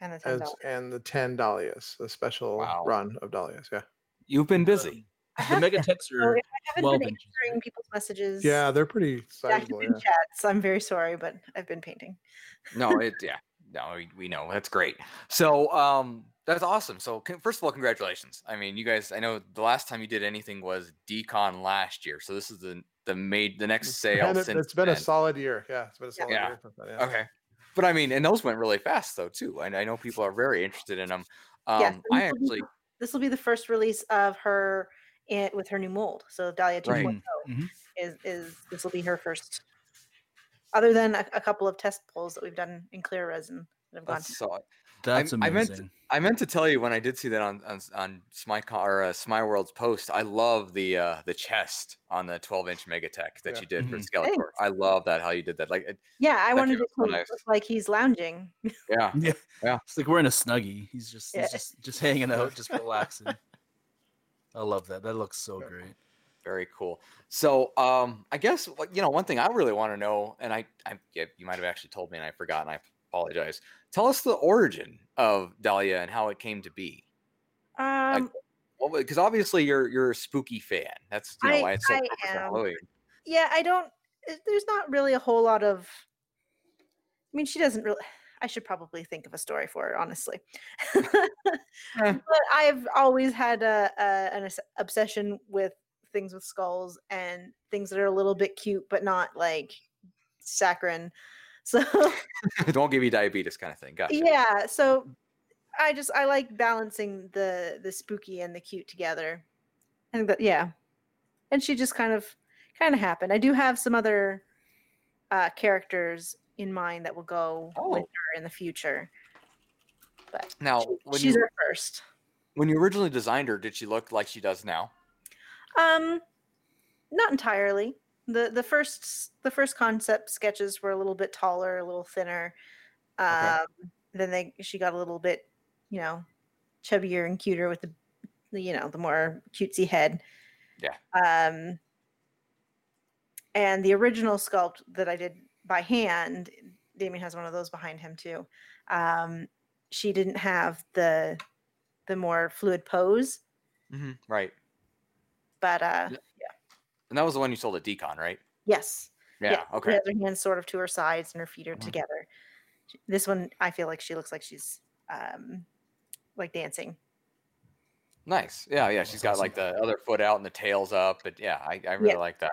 F: and a
E: as,
F: $10.
E: and the 10 Dahlias, the special
C: Wow.
E: run of Dahlias. Yeah.
C: You've been busy.
F: I
B: The
F: have
B: mega
F: been-
B: techs
F: Oh, I
B: are
F: haven't
B: well
F: been
B: been-
F: answering people's messages.
E: Yeah, they're pretty
F: active
E: sizable. Yeah.
F: in chats. I'm very sorry, but I've been painting.
C: No, it yeah. No, we, we know that's great. So um, that's awesome. So con- first of all, congratulations. I mean, you guys. I know the last time you did anything was Decon last year. So this is the the made the next sale.
E: And it,
C: since
E: has been a
C: then.
E: solid year. Yeah, it's been a solid
C: Yeah.
E: year. Since then, yeah.
C: Okay. But I mean, and those went really fast though too. And I know people are very interested in them. Um,
F: Yes, and
C: I
F: this will be
C: actually
F: this will be the first release of her in, with her new mold. So Dahlia 2.0
C: Right. Mm-hmm.
B: Mhm.
F: is is this will be her first, other than a, a couple of test pulls that we've done in clear resin that have gone.
C: that's so
B: That's
C: I meant-
B: amazing.
C: I meant to tell you when I did see that on on, s- on Smy or uh, Smy World's post. I love the uh, the chest on the 12 inch Megatech that
E: Yeah. Mm-hmm.
C: you did for
B: Mhm.
C: Skeletor. I love that how you did that. Like, it-
F: yeah, I
C: that
F: wanted
C: came
F: it
C: out
F: to
C: so
F: look
C: nice.
F: like he's lounging.
C: yeah,
B: It's like wearing a snuggie. He's just
F: Yeah.
B: he's just just hanging out, just relaxing. I love that. That looks so
E: Yeah.
B: great.
C: very cool. So, um, I guess what- you know one thing I really want to know, and I, I yeah, you might have actually told me, and I forgot, and I apologize. Tell us the origin of Dahlia and how it came to be.
F: Um,
C: Because obviously you're you're a spooky fan. That's you know
F: I-
C: why it's so
F: I
C: perfect for
F: am.
C: Halloween.
F: yeah, I don't. it- There's not really a whole lot of. I mean, she doesn't really. I should probably think of a story for her, honestly. but I've always had a, a an obs- obsession with things with skulls and things that are a little bit cute, but not like saccharine. So
C: Don't give you diabetes, kind of thing. Gotcha.
F: yeah, so I just I like balancing the the spooky and the cute together. I think that yeah, and she just kind of kind of happened. I do have some other uh, characters in mind that will go with
C: Oh,
F: her in the future. But
C: now
F: she-
C: when
F: she's
C: you
F: our first.
C: When you originally designed her, did she look like she does now?
F: Um, not entirely. the the first The first concept sketches were a little bit taller, a little thinner. Um, Then they she got a little bit, you know, chubbier and cuter with the, the you know, the more cutesy head.
C: Yeah.
F: Um. And the original sculpt that I did by hand, Damien has one of those behind him too. Um, she didn't have the the more fluid pose,
C: Mm-hmm. Right.
F: but uh,
C: Yeah. And that was the one you sold at Decon, right?
F: yes,
C: Yeah. okay.
F: She has her hands sort of to her sides and her feet are
C: Mhm.
F: together. Sh- This one, I feel like she looks like she's um, like dancing.
C: Nice. Yeah. Yeah.
B: That's
C: She's got like the other foot out and the tail's up. But yeah, I, I really
F: Yeah.
C: like that.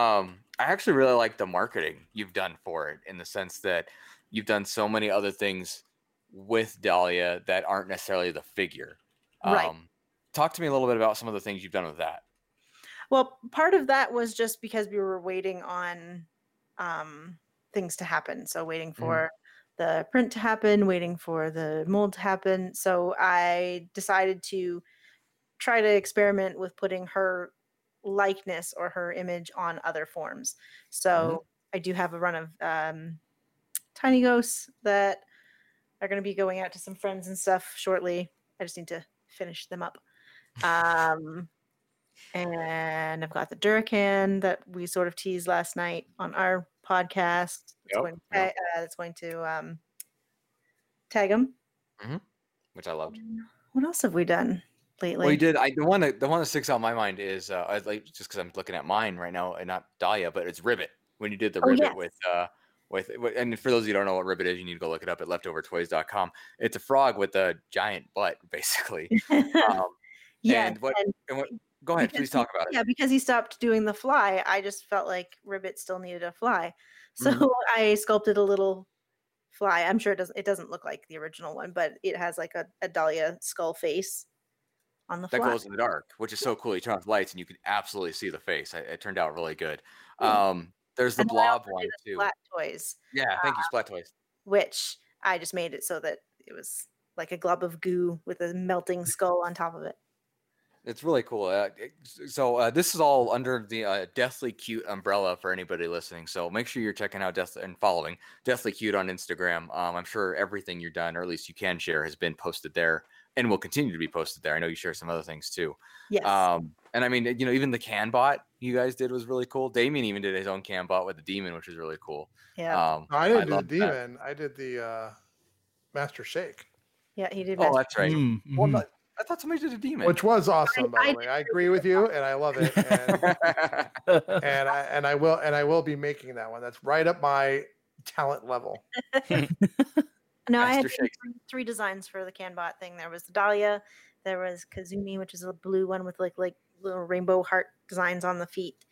C: Um, I actually really like the marketing you've done for it in the sense that you've done so many other things with Dahlia that aren't necessarily the figure. Um,
F: Right.
C: Talk to me a little bit about some of the things you've done with that.
F: Well, part of that was just because we were waiting on um, things to happen. So waiting
C: Mm-hmm.
F: for the print to happen, waiting for the mold to happen. So I decided to try to experiment with putting her likeness or her image on other forms.
C: Mm-hmm.
F: So I do have a run of um, tiny ghosts that are going to be going out to some friends and stuff shortly. I just need to finish them up. Um, and I've got the Duracan that we sort of teased last night on our podcast. That's
C: Yep,
F: going to,
C: yep.
F: ta- uh, that's going to um, tag them.
C: Which I loved.
F: What else have we done? lately.
C: Well, you did. I the one that the one that sticks out in my mind is uh, I like just because I'm looking at mine right now and not Dahlia, but it's Ribbit when you did the
F: Oh,
C: Ribbit
F: yes.
C: with uh with w- and for those of you who don't know what Ribbit is, you need to go look it up at leftovertoys.com. It's a frog with a giant butt, basically. Um,
F: yeah,
C: and what- uh and what- go ahead,
F: because
C: please
F: he-
C: talk about it.
F: yeah, because he stopped doing the fly, I just felt like Ribbit still needed a fly, so
C: Mhm.
F: I sculpted a little fly. I'm sure it doesn't it doesn't look like the original one, but it has like a, a Dahlia skull face on the
C: that
F: fly.
C: glows in the dark, which is so cool. You turn off the lights and you can absolutely see the face. I, it turned out really good.
F: Yeah.
C: Um, there's the
F: And then I
C: blob
F: also did
C: one
F: a uh,
C: too.
F: Flat toys,
C: yeah, thank you, Splat Toys.
F: which I just made it so that it was like a glob of goo with a melting skull on top of it.
C: It's really cool. Uh, it- so uh, this is all under the uh, Deathly Cute umbrella for anybody listening. So make sure you're checking out Death and following Deathly Cute on Instagram. Um, I'm sure everything you're done, or at least you can share, has been posted there and will continue to be posted there. I know you share some other things too.
F: Yes.
C: Um, and I mean, you know, even the can bot you guys did was really cool. Damien even did his own can bot with the demon, which was really cool.
F: yeah.
C: Um,
E: No, I didn't do the
C: loved that.
E: demon. I did the uh, master shake,
F: yeah, he did.
C: Oh,
F: Master-
C: that's right.
B: Mm,
E: Well,
B: mhm.
E: not-
C: I thought somebody did a demon.
E: which was awesome. By
F: I
E: the way, I agree with you, and I love it. And, and I and I will and I will be making that one. That's right up my talent level.
F: no, I had
C: Master Shakes.
F: three, three designs for the Canbot thing. There was the Dahlia, there was Kazumi, which is a blue one with like like little rainbow heart designs on the feet,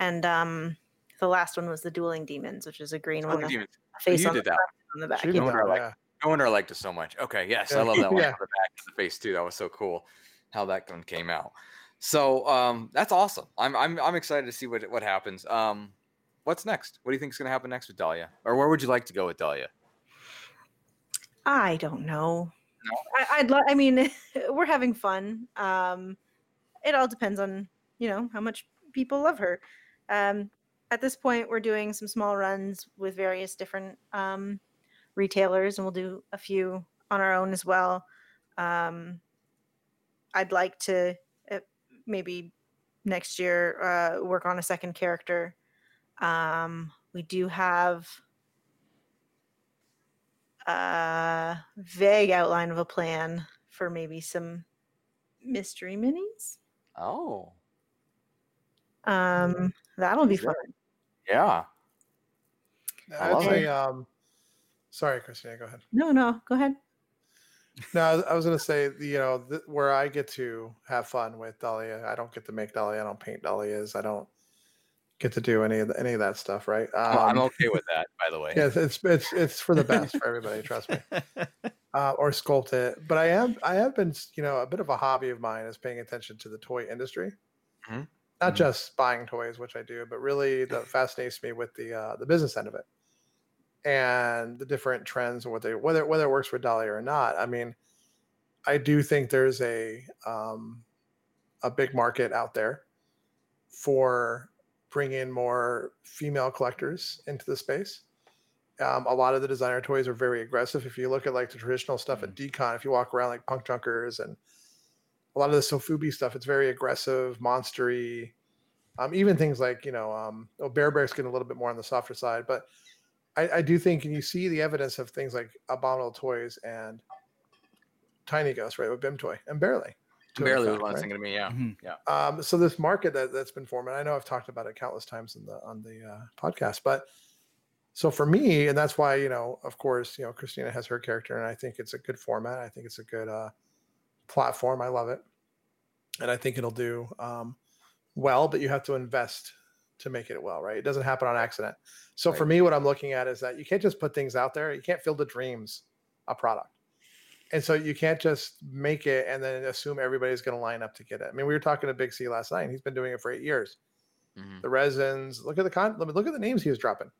F: and um, the last one was the Dueling Demons, which is a green
C: Oh,
F: one
C: the
F: with
C: demon.
F: a face
C: you
F: on the,
C: did that.
F: front and on the back.
E: She
F: yeah.
E: did
C: wonder
E: that,
C: I like
E: yeah.
C: No wonder I liked it so much. Okay, yes,
E: Yeah.
C: I love that one
E: Yeah.
C: on the back of the face too. That was so cool how that one came out. So um, that's awesome. I'm, I'm I'm excited to see what what happens. Um, what's next? What do you think is going to happen next with Dahlia? Or where would you like to go with Dahlia?
F: I don't know. I, I'd love. I mean, we're having fun. Um, it all depends on you know how much people love her. Um, at this point, we're doing some small runs with various different um, retailers, and we'll do a few on our own as well. Um, I'd like to uh, maybe next year uh, work on a second character. Um, we do have uh vague outline of a plan for maybe some mystery minis.
C: Oh, Mm-hmm.
F: Um that'll be fun.
C: yeah. I
E: I'd
C: love
E: say, um, sorry, Christina, go ahead.
F: No, no, go ahead.
E: No, I was- I was gonna say, you know, th- where I get to have fun with Dahlia, I don't get to make Dahlia, I don't paint Dahlias, I don't get to do any of the, any of that stuff, right?
C: I'm- I'm
E: Um,
C: okay with that, by the way.
E: yeah, it's it's it's for the best for everybody, trust me. Uh, or sculpt it, but I have I have been, s- you know, a bit of a hobby of mine is paying attention to the toy industry,
C: Mhm.
E: not
B: Mhm.
E: just buying toys, which I do, but really that fascinates me with the uh, the business end of it and the different trends and what they whether whether it works for Dahlia or not. I mean, I do think there's a um, a big market out there for bringing more female collectors into the space. Um, a lot of the designer toys are very aggressive. If you look at like the traditional stuff at Decon, if you walk around like Punk Junkers and a lot of the Sofubi stuff, it's very aggressive, monstery. Um, even things like you know, um, oh, Bear Bear's getting a little bit more on the softer side, but I, I do think, and you see the evidence of things like Abominable Toys and Tiny Ghost, right, with BIM Toy and Barely. to an
C: Barely was
E: effect,
C: what I was
E: right?
C: thinking to me. Yeah,
B: Mhm.
C: yeah.
E: um, so this market that, that's been forming i know i've talked about it countless times in the on the uh, podcast but so for me and that's why you know of course you know christina has her character and i think it's a good format i think it's a good uh, platform i love it and i think it'll do um, well but you have to invest to make it well right it doesn't happen on accident so for
C: Right.
E: me what i'm looking at is that you can't just put things out there you can't fill the dreams a product and so you can't just make it and then assume everybody's going to line up to get it. I mean, we were talking to Big C last night. And he's been doing it for eight years.
C: Mhm.
E: The resins. Look at the con. Look at the names he was dropping.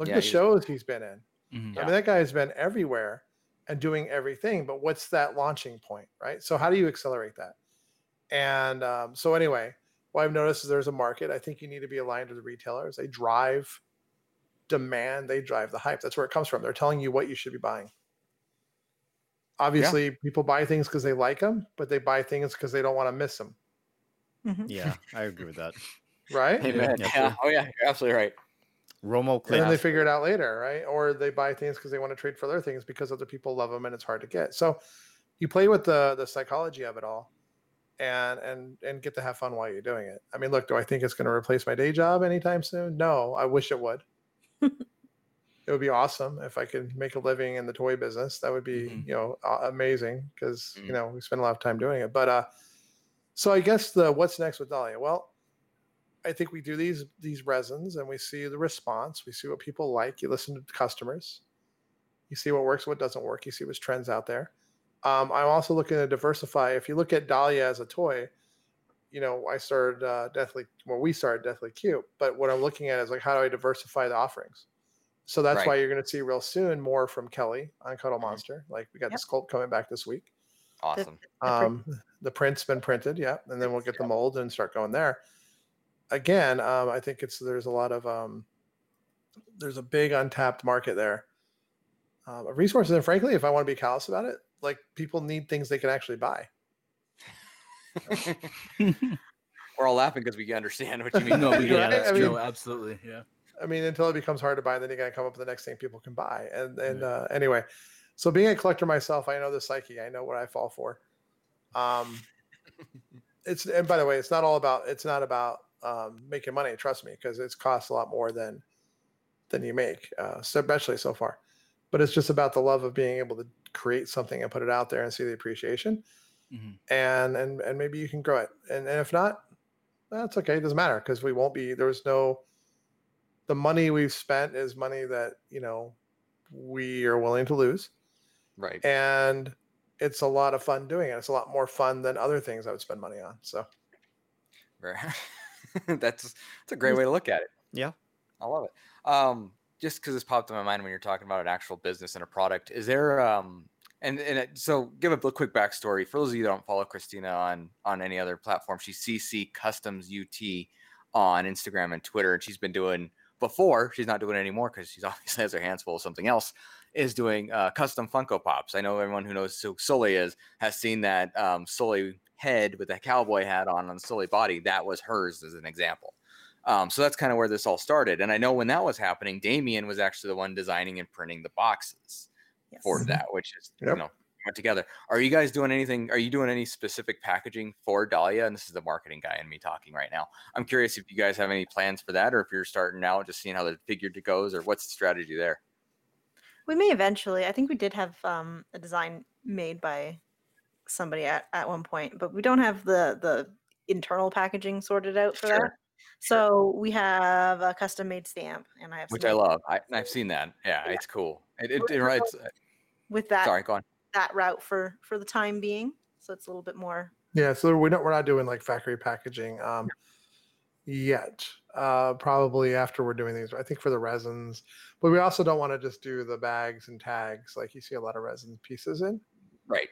E: Look
C: Yeah,
E: at the
C: he's-
E: shows he's been in.
B: Mhm.
E: I
C: Yeah.
E: mean, that guy has been everywhere and doing everything. But what's that launching point, right? So how do you accelerate that? And um, so anyway, what I've noticed is there's a market. I think you need to be aligned with the retailers. They drive demand. They drive the hype. That's where it comes from. They're telling you what you should be buying. Obviously, people buy things because they like them, but they buy things because they don't want to miss them,
F: Mhm.
D: yeah, I agree with that.
E: right?
C: Amen.
D: Yeah,
C: Yeah.
D: true.
C: Oh yeah, you're absolutely right.
D: Romo
E: and then
D: Clint.
E: they figure it out later, right? Or they buy things because they want to trade for other things because other people love them and it's hard to get. So you play with the the psychology of it all, and and and get to have fun while you're doing it. I mean, look, do I think it's going to replace my day job anytime soon? No, I wish it would. it would be awesome if I could make a living in the toy business. That would be
C: Mhm.
E: you know a- amazing because
C: Mhm.
E: you know we spend a lot of time doing it. But uh, so I guess the what's next with Dahlia? Well, I think we do these these resins and we see the response. We see what people like. You listen to customers. You see what works, what doesn't work. You see what's trends out there. Um, I'm also looking to diversify. If you look at Dahlia as a toy, you know, I started uh, Deathly, well, we started Deathly Cute, but what I'm looking at is like, how do I diversify the offerings? So that's
C: Right.
E: why you're going to see real soon more from Kelly on Cuddle
C: Mhm.
E: Monster. Like we got
F: Yep.
E: the sculpt coming back this week.
C: Awesome.
F: The print.
E: Um, the print's been printed, yeah, and then we'll get the mold and start going there. Again, um, I think it's there's a lot of um, there's a big untapped market there um, of resources, and frankly, if I want to be callous about it, like people need things they can actually buy.
C: We're all laughing because we understand what you mean.
B: no, we-
E: You're
B: yeah,
E: right,
B: that's
E: I
B: true.
E: mean-
B: Absolutely. Yeah.
E: I mean, until it becomes hard to buy, then you got to come up with the next thing people can buy. And and uh, anyway, so being a collector myself, I know the psyche. I know what I fall for. Um, it's and by the way, it's not all about it's not about um, making money. Trust me, because it's costs a lot more than than you make, uh, so especially so far. But it's just about the love of being able to create something and put it out there and see the appreciation
B: Mhm.
E: and and and maybe you can grow it and, and if not that's okay it doesn't matter because we won't be there's no the money we've spent is money that you know we are willing to lose
C: Right.
E: and it's a lot of fun doing it it's a lot more fun than other things i would spend money on so
C: Very- that's that's a great way to look at it.
D: Yeah.
C: I love it. Um, just because this popped in my mind when you're talking about an actual business and a product, is there um, and and it, so give a bl- quick backstory for those of you that don't follow Christina on on any other platform. She's CC Customs UT on Instagram and Twitter, and she's been doing before. She's not doing it anymore because she's obviously has her hands full of something else. Is doing uh, custom Funko Pops. I know everyone who knows who Sully is has seen that um, Sully head with a cowboy hat on on the Sully body. That was hers as an example. Um, so that's kind of where this all started. And I know when that was happening, Damien was actually the one designing and printing the boxes
F: Yes.
C: for that, which is
E: Yep.
C: you know went together. Are you guys doing anything? Are you doing any specific packaging for Dahlia? And this is the marketing guy in me talking right now. I'm curious if you guys have any plans for that, or if you're starting out just seeing how the figure goes, or what's the strategy there.
F: We may eventually. I think we did have um, a design made by somebody at, at one point, but we don't have the the internal packaging sorted out for
C: Sure,
F: that. So we have a custom made stamp, and I have
C: Which
F: some
C: I
F: ideas
C: love. I, I've seen that. Yeah, it's cool. It, it,
F: We're-
C: it writes. uh,
F: with that
C: Sorry, go on.
F: that route for for the time being. So it's a little bit more.
E: yeah so we're not we're not doing like factory packaging um yet uh probably after we're doing these i think for the resins but we also don't want to just do the bags and tags like you see a lot of resin pieces in
C: Right.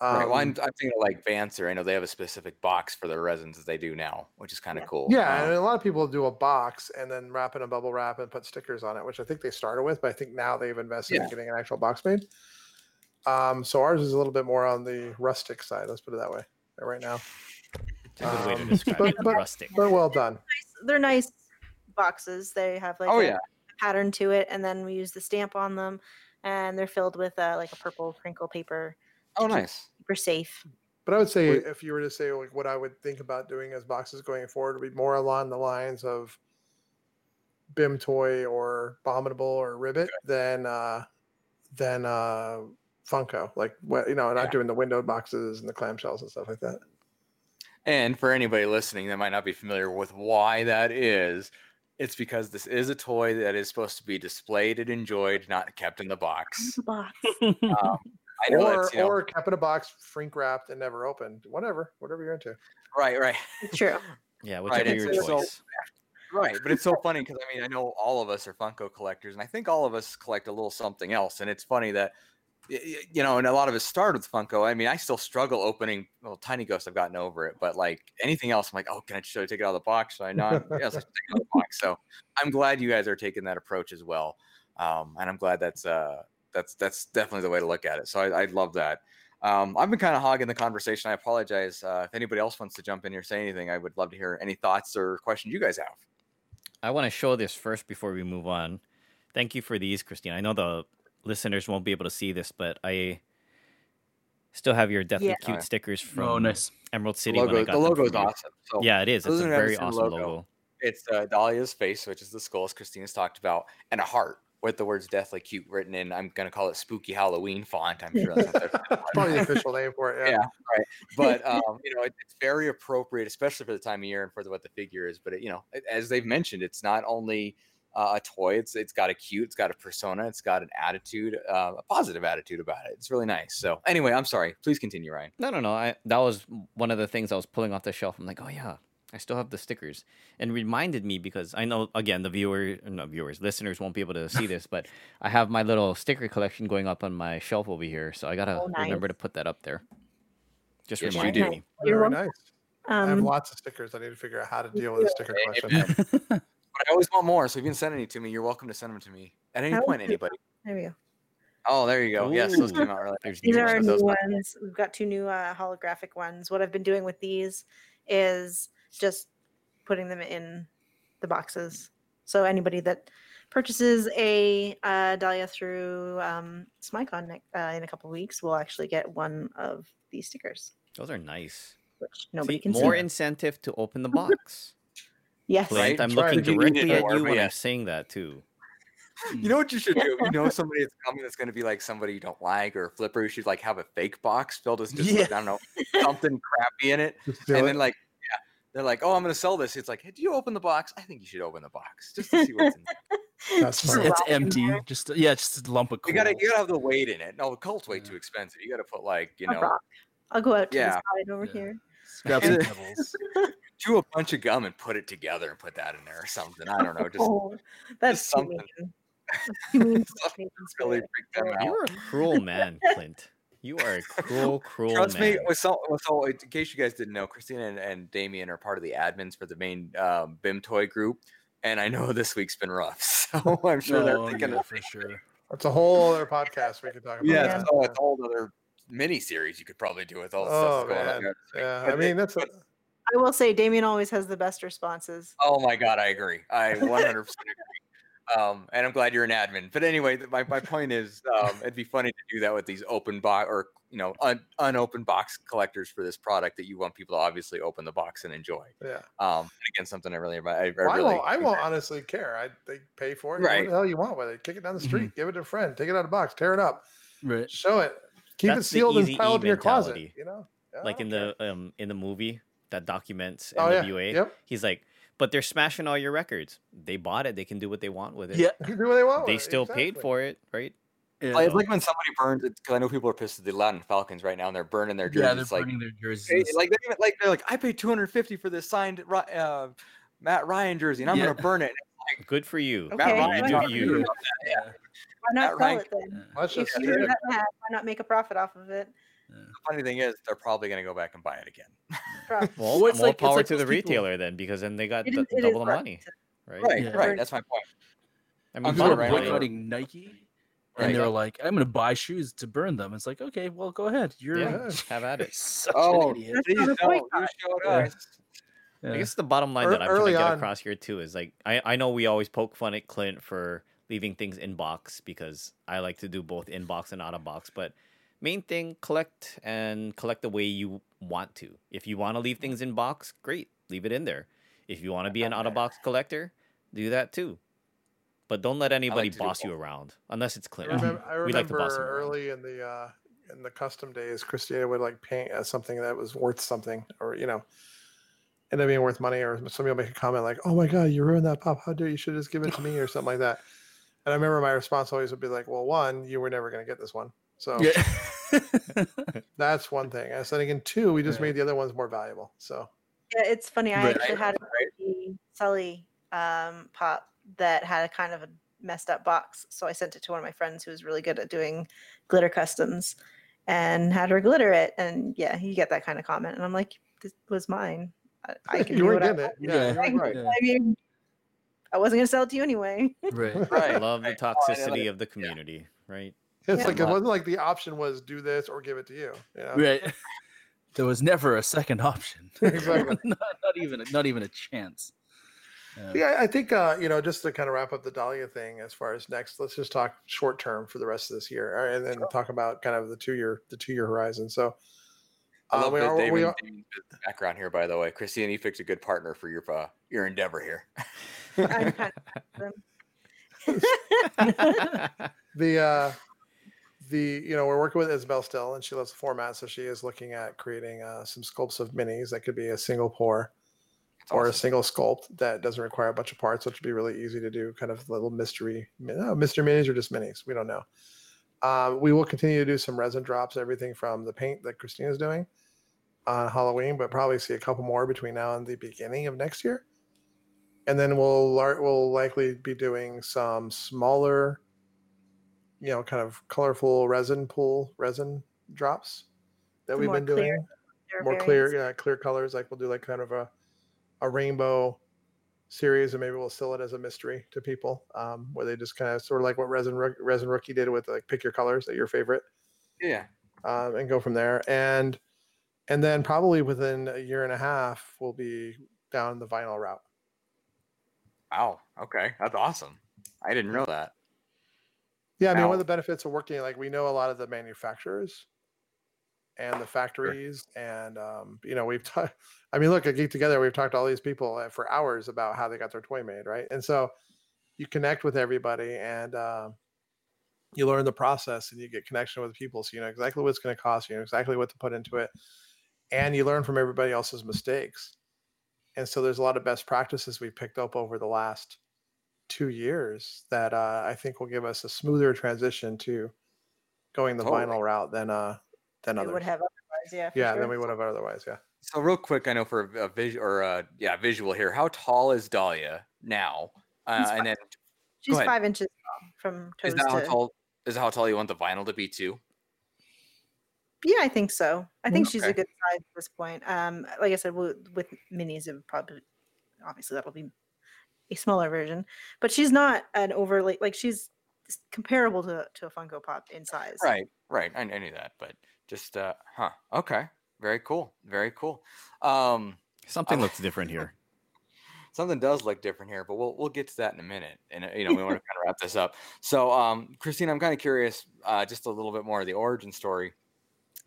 E: um,
C: right. Well, I'm, I'm thinking of like Vancer. I know they have a specific box for their resins that they do now, which is kind of
F: Yeah.
C: cool.
E: Yeah,
C: Um,
E: and a lot of people do a box and then wrap it in bubble wrap and put stickers on it, which I think they started with, but I think now they've invested
C: Yeah.
E: in getting an actual box made. Um, so ours is a little bit more on the rustic side. Let's put it that way right now,
D: It's a good way to
E: Um,
D: describe
E: but-
D: it.
E: but-
D: Rustic.
E: but well done.
F: They're nice boxes. They have like
C: oh,
F: a
C: yeah.
F: pattern to it, and then we use the stamp on them, and they're filled with uh, like a purple crinkle paper,
C: Oh, nice.
F: super safe.
E: But I would say
C: Wait.
E: if you were to say like what I would think about doing as boxes going forward would be more along the lines of Bim Toy or Bombable or Ribbit than uh than uh Funko. Like what you know, not
C: Yeah.
E: doing the windowed boxes and the clamshells and stuff like that.
C: And for anybody listening that might not be familiar with why that is, it's because this is a toy that is supposed to be displayed and enjoyed, not kept in the box.
F: The box.
C: I know
E: Mm, or
C: that's you know,
E: or kept in a box, shrink wrapped, and never opened. Whatever, whatever you're into.
C: right, right.
F: It's true.
D: Yeah,
C: Right,
D: whichever
C: it's-
D: your
C: it's all-
D: choice.
C: Right, but it's so funny because I mean I know all of us are Funko collectors, and I think all of us collect a little something else. And it's funny that y- y- you know, and a lot of us started with Funko. I mean, I still struggle opening well, Tiny Ghost. I've gotten over it, but like anything else, I'm like, oh, can I should I take it out of the box? Should I not? yes, I should take it out of the box. So I'm glad you guys are taking that approach as well, um, and I'm glad that's uh, that's that's definitely the way to look at it. So I, I love that. Um, I've been kind of hogging the conversation. I apologize uh, if anybody else wants to jump in here say anything. I would love to hear any thoughts or questions you guys have.
D: I want to show this first before we move on. Thank you for these, Christine. I know the listeners won't be able to see this, but I Still have your Deathly
F: Yeah.
D: Cute
C: Oh, yeah.
D: stickers from
B: Oh, nice.
D: Emerald City. when I
C: logo,
D: got
C: the
D: them
C: logo's
D: from you.
C: awesome. So
D: Yeah, it is.
C: Those
D: It's a
C: are never
D: very
C: seen
D: awesome logo.
C: logo. it's uh, Dahlia's face, which is the skull, as Christina's talked about, and a heart with the words "deathly cute" written in. I'm gonna call it spooky Halloween font. I'm sure that's not their
E: Probably the official name for it. Yeah.
C: Yeah. but um, you know, it, it's very appropriate, especially for the time of year and for the, what the figure is. But it, you know, a- as they've mentioned, it's not only uh, a toy; it's it's got a cute, it's got a persona, it's got an attitude, uh, a positive attitude about it. It's really nice. So, anyway, I'm sorry. Please continue, Ryan.
D: No, no, no. I that was one of the things I was pulling off the shelf. I'm like, oh yeah, I still have the stickers, and reminded me because I know again the viewer, no viewers, listeners won't be able to see this, but I have my little sticker collection going up on my shelf over here, so I gotta
F: Oh, nice.
D: remember to put that up there. Just
C: Yes, you
D: remind
C: do.
D: me.
F: You're
E: Very
F: welcome.
E: nice. I have
F: Um,
E: lots of stickers. I need to figure out how to deal with the sticker
C: Yeah.
E: question.
C: But I always want more, so if you can send any to me, you're welcome to send them to me at any
F: That would
C: point,
F: be
C: anybody.
F: there we go.
C: Oh, there you go. Yes, those
D: Ooh.
C: came out really.
D: There's
F: These
D: new
F: are our
D: ones.
C: those
F: new
C: ones.
F: ones. We've got two new uh, holographic ones. What I've been doing with these is just putting them in the boxes. So anybody that purchases a uh, Dahlia through um, SmyCon ne- uh, in a couple weeks will actually get one of these stickers,
D: Those are nice.
F: which nobody
D: See,
F: can
D: more
F: see.
D: incentive to open the box.
F: yes.
D: Clint,
C: Right?
D: I'm
E: Try
D: looking
E: it. You
C: need
D: directly
C: to
D: at
C: know
D: you when I'm
C: everything.
D: saying that too.
C: You know what you should do? If You know somebody that's coming that's going to be like somebody you don't like or a flipper. You should like have a fake box filled with just like, I don't know something crappy in it,
E: Just do
C: and
E: it.
C: then like yeah, they're like, oh, I'm going to sell this. It's like, hey, do you open the box? I think you should open the box just to see what's in there.
E: That's
B: Just-
E: smart.
B: it's empty. Just yeah, just a lump of
C: You
B: coal.
C: got to you got to have the weight in it. No, the cult's way
B: Yeah.
C: too expensive. You got to put like you
F: A
C: know
F: rock. I'll go out to
C: Yeah.
F: the side over
B: Yeah.
F: here.
B: Grab some
C: Yeah.
B: pebbles.
C: chew a bunch of gum and put it together and put that in there or something. I don't know. Just
F: oh, that's too
C: something.
F: mean. Too mean to the Canadian
C: really
F: spirit.
C: freak them out.
D: You're a cruel man, Clint. You are a cruel, cruel
C: Trust
D: man.
C: me, with so, with so, in case you guys didn't know, Christina and, and Damien are part of the admins for the main um, BIM toy group. And I know this week's been rough, so I'm sure
B: Oh,
C: they're thinking
B: yeah,
C: of
B: for sure.
E: That's a whole other podcast we could talk about.
C: yeah,
E: that.
C: so it's a whole other mini series you could probably do with all the
E: Oh,
C: stuff that's going
E: man.
C: on. there.
E: yeah. I
C: But
E: mean,
C: it-
E: that's a,
C: but-
F: I will say, Damien always has the best responses.
C: Oh my god, I agree. I 100 percent agree. Um, and I'm glad you're an admin. But anyway, th- my, my point is, um, it'd be funny to do that with these open box or you know un- unopened box collectors for this product that you want people to obviously open the box and enjoy.
E: yeah.
C: Um, and again, something I really, I, I
E: Well, I
C: really,
E: won't. I won't honestly care. I they pay for it.
C: Right.
E: Right.
C: Mm-hmm.
E: What the hell you want with it? Kick it down the street. Give it to a friend. Take it out of the box. Tear it up.
B: Right.
E: Show it. Keep
D: That's
E: it
D: the
E: sealed
D: easy E
E: and piled in your
D: mentality.
E: closet. You know. Yeah, I
D: like
E: don't
D: in
E: care.
D: the um in the movie that documents
E: Oh, yeah.
D: NWA.
E: Yep.
D: He's like, but they're smashing all your records. They bought it. They can do what they want with it.
B: Yeah.
E: You can do what they want.
D: They
E: with it,
D: still paid
E: Oh, exactly.
D: for it, right?
B: Yeah,
C: Like, it's like when somebody burns it because I know people are pissed at the Atlanta Falcons right now and they're burning their jerseys.
B: yeah, they're
C: It's like,
B: burning their jerseys.
C: hey, like, they're, even- like they're like, I paid 250 for this signed Ry- uh, Matt Ryan jersey and I'm
B: Yeah.
C: gonna burn it.
D: Good for you.
F: Okay.
C: Matt
F: Well,
C: Ryan,
D: You
C: not
D: do you.
C: me.
B: yeah.
F: Why
C: That
F: not sell
C: rank-
F: it then?
E: Let's
F: If
E: just
F: you
E: do
F: are
E: it.
F: that mad, why not make a profit off of it?
C: The funny thing is, they're probably gonna go back and buy it again.
F: Prof-
D: Well,
B: Well, it's
D: more
B: like- it's
D: power
B: like
D: to the
B: those people-
D: retailer then, because then they got
F: It
D: the,
F: is- it is
D: double the
F: right.
D: money, right?
C: Right,
B: Yeah.
C: right. That's my point.
D: I
C: I'm
B: I'm
D: mean,
C: sorry,
D: you
B: not
C: Ryan,
D: buy it-
B: boycotting Nike,
C: Right.
B: and they were like, "I'm going to buy shoes to burn them." It's like, okay, well, go ahead. You're
D: Yeah, have at
B: you're
D: it.
B: such
C: Oh,
B: an idiot.
F: That's not a
C: Please don't. You
F: boycott.
C: showed
B: Yeah.
C: us.
D: I
B: Yeah.
D: guess the bottom line
E: Ear-
D: that I'm trying to
E: early
D: get
E: on-
D: across here too is like I, I know we always poke fun at Clint for leaving things in box because I like to do both in box and out of box, but main thing collect and collect the way you want to. If you want to leave things in box, great, leave it in there. If you want to be an out of box collector, do that too. But don't let anybody
C: to do
D: boss you
C: both.
D: around unless it's
E: I
D: Clint.
E: remember, I
D: We like to
E: remember
D: boss them around.
E: early in the uh, in the custom days, Christina would like paint as something that was worth something, or you know, end up being worth money, or somebody will make a comment like, "Oh my god, you ruined that pop! How dare you? Should just give it to me," or something like that. And I remember my response always would be like, "Well, one, you were never going to get this one, so Oh.
B: Yeah.
E: that's one thing." And so then again, two, we just
B: Yeah.
E: made the other ones more valuable. So
F: Yeah, it's funny. I
B: Right.
F: actually had a Sully- Sully um, pop that had a kind of a messed up box, so I sent it to one of my friends who was really good at doing glitter customs, and had her glitter it. And yeah, you get that kind of comment, and I'm like, this was mine. I, I can
E: you
F: do
E: were
F: what I,
E: getting it, yeah,
B: Yeah.
E: you were right.
B: Yeah.
F: I mean, I wasn't gonna sell it to you anyway.
B: Right.
D: I
C: Right.
D: love the
C: right. Oh, I know
D: toxicity
C: that.
D: of the community, right?
E: It's
F: Yeah.
E: like it wasn't like the option was do this or give it to you. you know?
B: Right. There was never a second option.
E: Exactly.
B: not, not even not even a chance.
E: But yeah, I think uh, you know, just to kind of wrap up the Dahlia thing as far as next, let's just talk short term for the rest of this year, all right, and then talk about kind of the two year the two year horizon. So
C: I
E: uh,
C: love
E: we
C: that
E: are- we
C: Damon,
E: are-
C: Damon's background here, by the way. Christine, you picked a good partner for your uh, your endeavor here.
F: I'm kind
E: the uh the you know we're working with Isabel still, and she loves the format, so she is looking at creating uh, some sculpts of minis that could be a single pour
C: It's
E: or a
C: awesome.
E: single sculpt that doesn't require a bunch of parts, which would be really easy to do. Kind of little mystery, no, mystery minis or just minis. We don't know. Um, we will continue to do some resin drops, everything from the paint that Christina's doing on Halloween, but probably see a couple more between now and the beginning of next year. And then we'll lar- we'll likely be doing some smaller, you know, kind of colorful resin pool resin drops that
F: The
E: we've
F: more
E: been
F: clear
E: doing more clear, yeah, clear colors. Like we'll do like kind of a a rainbow series, and maybe we'll sell it as a mystery to people, um, where they just kind of sort of like what Resin Rook- Resin Rookie did with like pick your colors that your favorite,
C: Yeah.
E: um, and go from there. And and then probably within a year and a half, we'll be down the vinyl route.
C: Wow. Okay. That's awesome. I didn't know that.
E: Yeah, I mean,
C: Now-
E: one of the benefits of working, like we know a lot of the manufacturers and the factories, and um, you know, we've, ta- I mean, look at Geek Together, we've talked to all these people uh, for hours about how they got their toy made, right? And so you connect with everybody, and um, you learn the process, and you get connection with people, so you know exactly what it's going to cost, you know exactly what to put into it, and you learn from everybody else's mistakes. And so there's a lot of best practices we picked up over the last two years that uh, I think will give us a smoother transition to going the
C: Totally.
E: vinyl route than uh than
F: We
E: others.
F: would have otherwise, yeah. for
E: yeah,
F: sure.
E: than we would have otherwise. Yeah,
C: So real quick, I know for a, a visual or a, yeah visual here. How tall is Dahlia now? Uh, and then
F: She's
C: ahead.
F: five inches tall from toes
C: is that how
F: to.
C: tall is that how tall you want the vinyl to be too?
F: Yeah, I think so. I think she's a
C: Mm, Okay.
F: good size at this point. Um, like I said, w with minis, it would probably obviously that'll be a smaller version, but she's not an overly like she's s- comparable to to a Funko Pop in size.
C: Right, right. I, I knew that, but just uh, huh. Okay, very cool, very cool. Um,
D: Something
C: I-
D: looks different here.
C: something does look different here, but we'll we'll get to that in a minute. And uh, you know, we want to kind of wrap this up. So, um, Christine, I'm kind of curious, uh, just a little bit more of the origin story.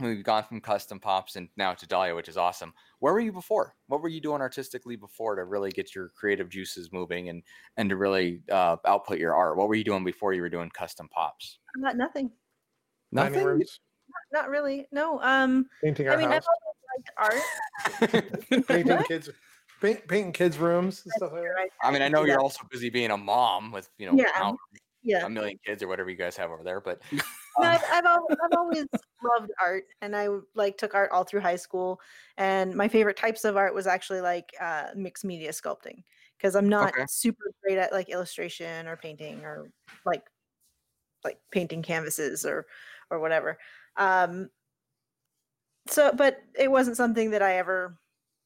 C: We've gone from custom pops and now to Dahlia, which is awesome. Where were you before? What were you doing artistically before to really get your creative juices moving and and to really uh, output your art? What were you doing before you were doing custom pops?
F: Not nothing.
E: tiny rooms,
F: Not really. No. Um.
E: painting our
F: I mean, I've
E: house,
F: always liked
E: painting
F: what?
E: kids, paint, painting kids' rooms and stuff like
F: art.
E: that.
F: right?
C: I mean, I know
F: do
C: you're
F: that.
C: also busy being a mom with you know
F: Yeah,
C: how-
F: Yeah.
C: a million kids or whatever you guys have over there, but
F: No,
C: um,
F: I've, I've, al- I've always loved art and i w- like took art all through high school and my favorite types of art was actually like uh, mixed media sculpting because i'm not
C: Okay.
F: super great at like illustration or painting or like like painting canvases or or whatever um so but it wasn't something that i ever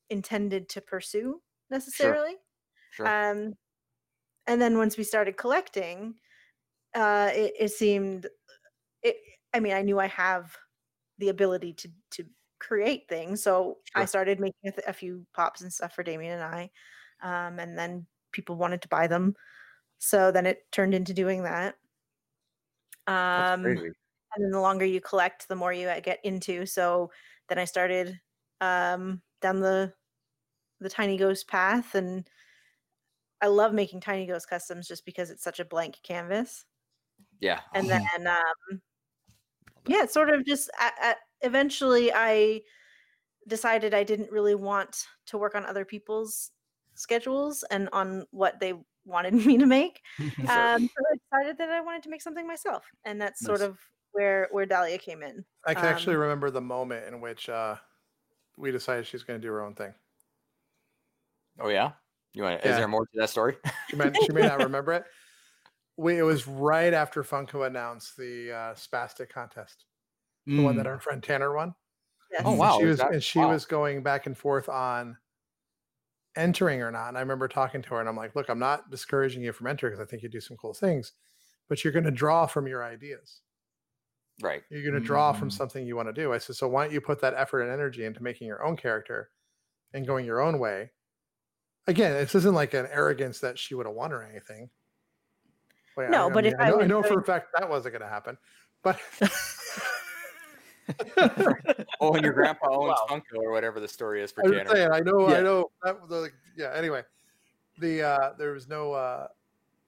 F: intended to pursue necessarily
C: sure.
F: um, and then once we started collecting, uh, it, it seemed, it. I mean, I knew I have the ability to to create things, so I
C: Sure.
F: started making a, th- a few pops and stuff for Damien and I, um, and then people wanted to buy them, so then it turned into doing that.
C: That's
F: Um,
C: crazy.
F: and then the longer you collect the more you uh, get into so then i started um down the the tiny ghost path and i love making tiny ghost customs just because it's such a blank canvas
C: yeah.
F: and then um yeah it's sort of just at, at, eventually i decided i didn't really want to work on other people's schedules and on what they wanted me to make um, so I decided that I wanted to make something myself, and that's sort
B: Nice.
F: of where where Dahlia came in.
E: I can actually
F: Um,
E: remember the moment in which uh, we decided she's going to do her own thing.
C: oh yeah. You want? to Is
E: Yeah.
C: there more to that story?
E: She might, she may not remember it. We, it was right after Funko announced the uh, spastic contest, the one that our friend Tanner won.
F: Yes.
C: Hmm. Oh,
E: And
C: wow,
E: She
C: is
E: was
C: that-
E: and she
C: wow.
E: was going back and forth on entering or not. And I remember talking to her and I'm like, look, I'm not discouraging you from entering because I think you do some cool things, but you're gonna draw from your ideas.
C: Right.
E: You're gonna draw from
B: Mm.
C: Mm-hmm.
E: something you want to do. I said, so why don't you put that effort and energy into making your own character and going your own way again, this isn't like an arrogance that she would have won or anything. Wait, I-
F: No,
E: I
F: but
E: mean,
F: if
E: I
F: I
E: know, I
F: was
E: know for a
F: doing-
E: fact that wasn't going to happen, but
B: Mm-hmm.
C: Oh, and your grandpa owns
E: Wow.
C: Funko or whatever the story is for
E: I'm just
C: January.
E: saying, I know,
B: Yeah.
E: I know. That was like, yeah. Anyway, the uh, there was no uh,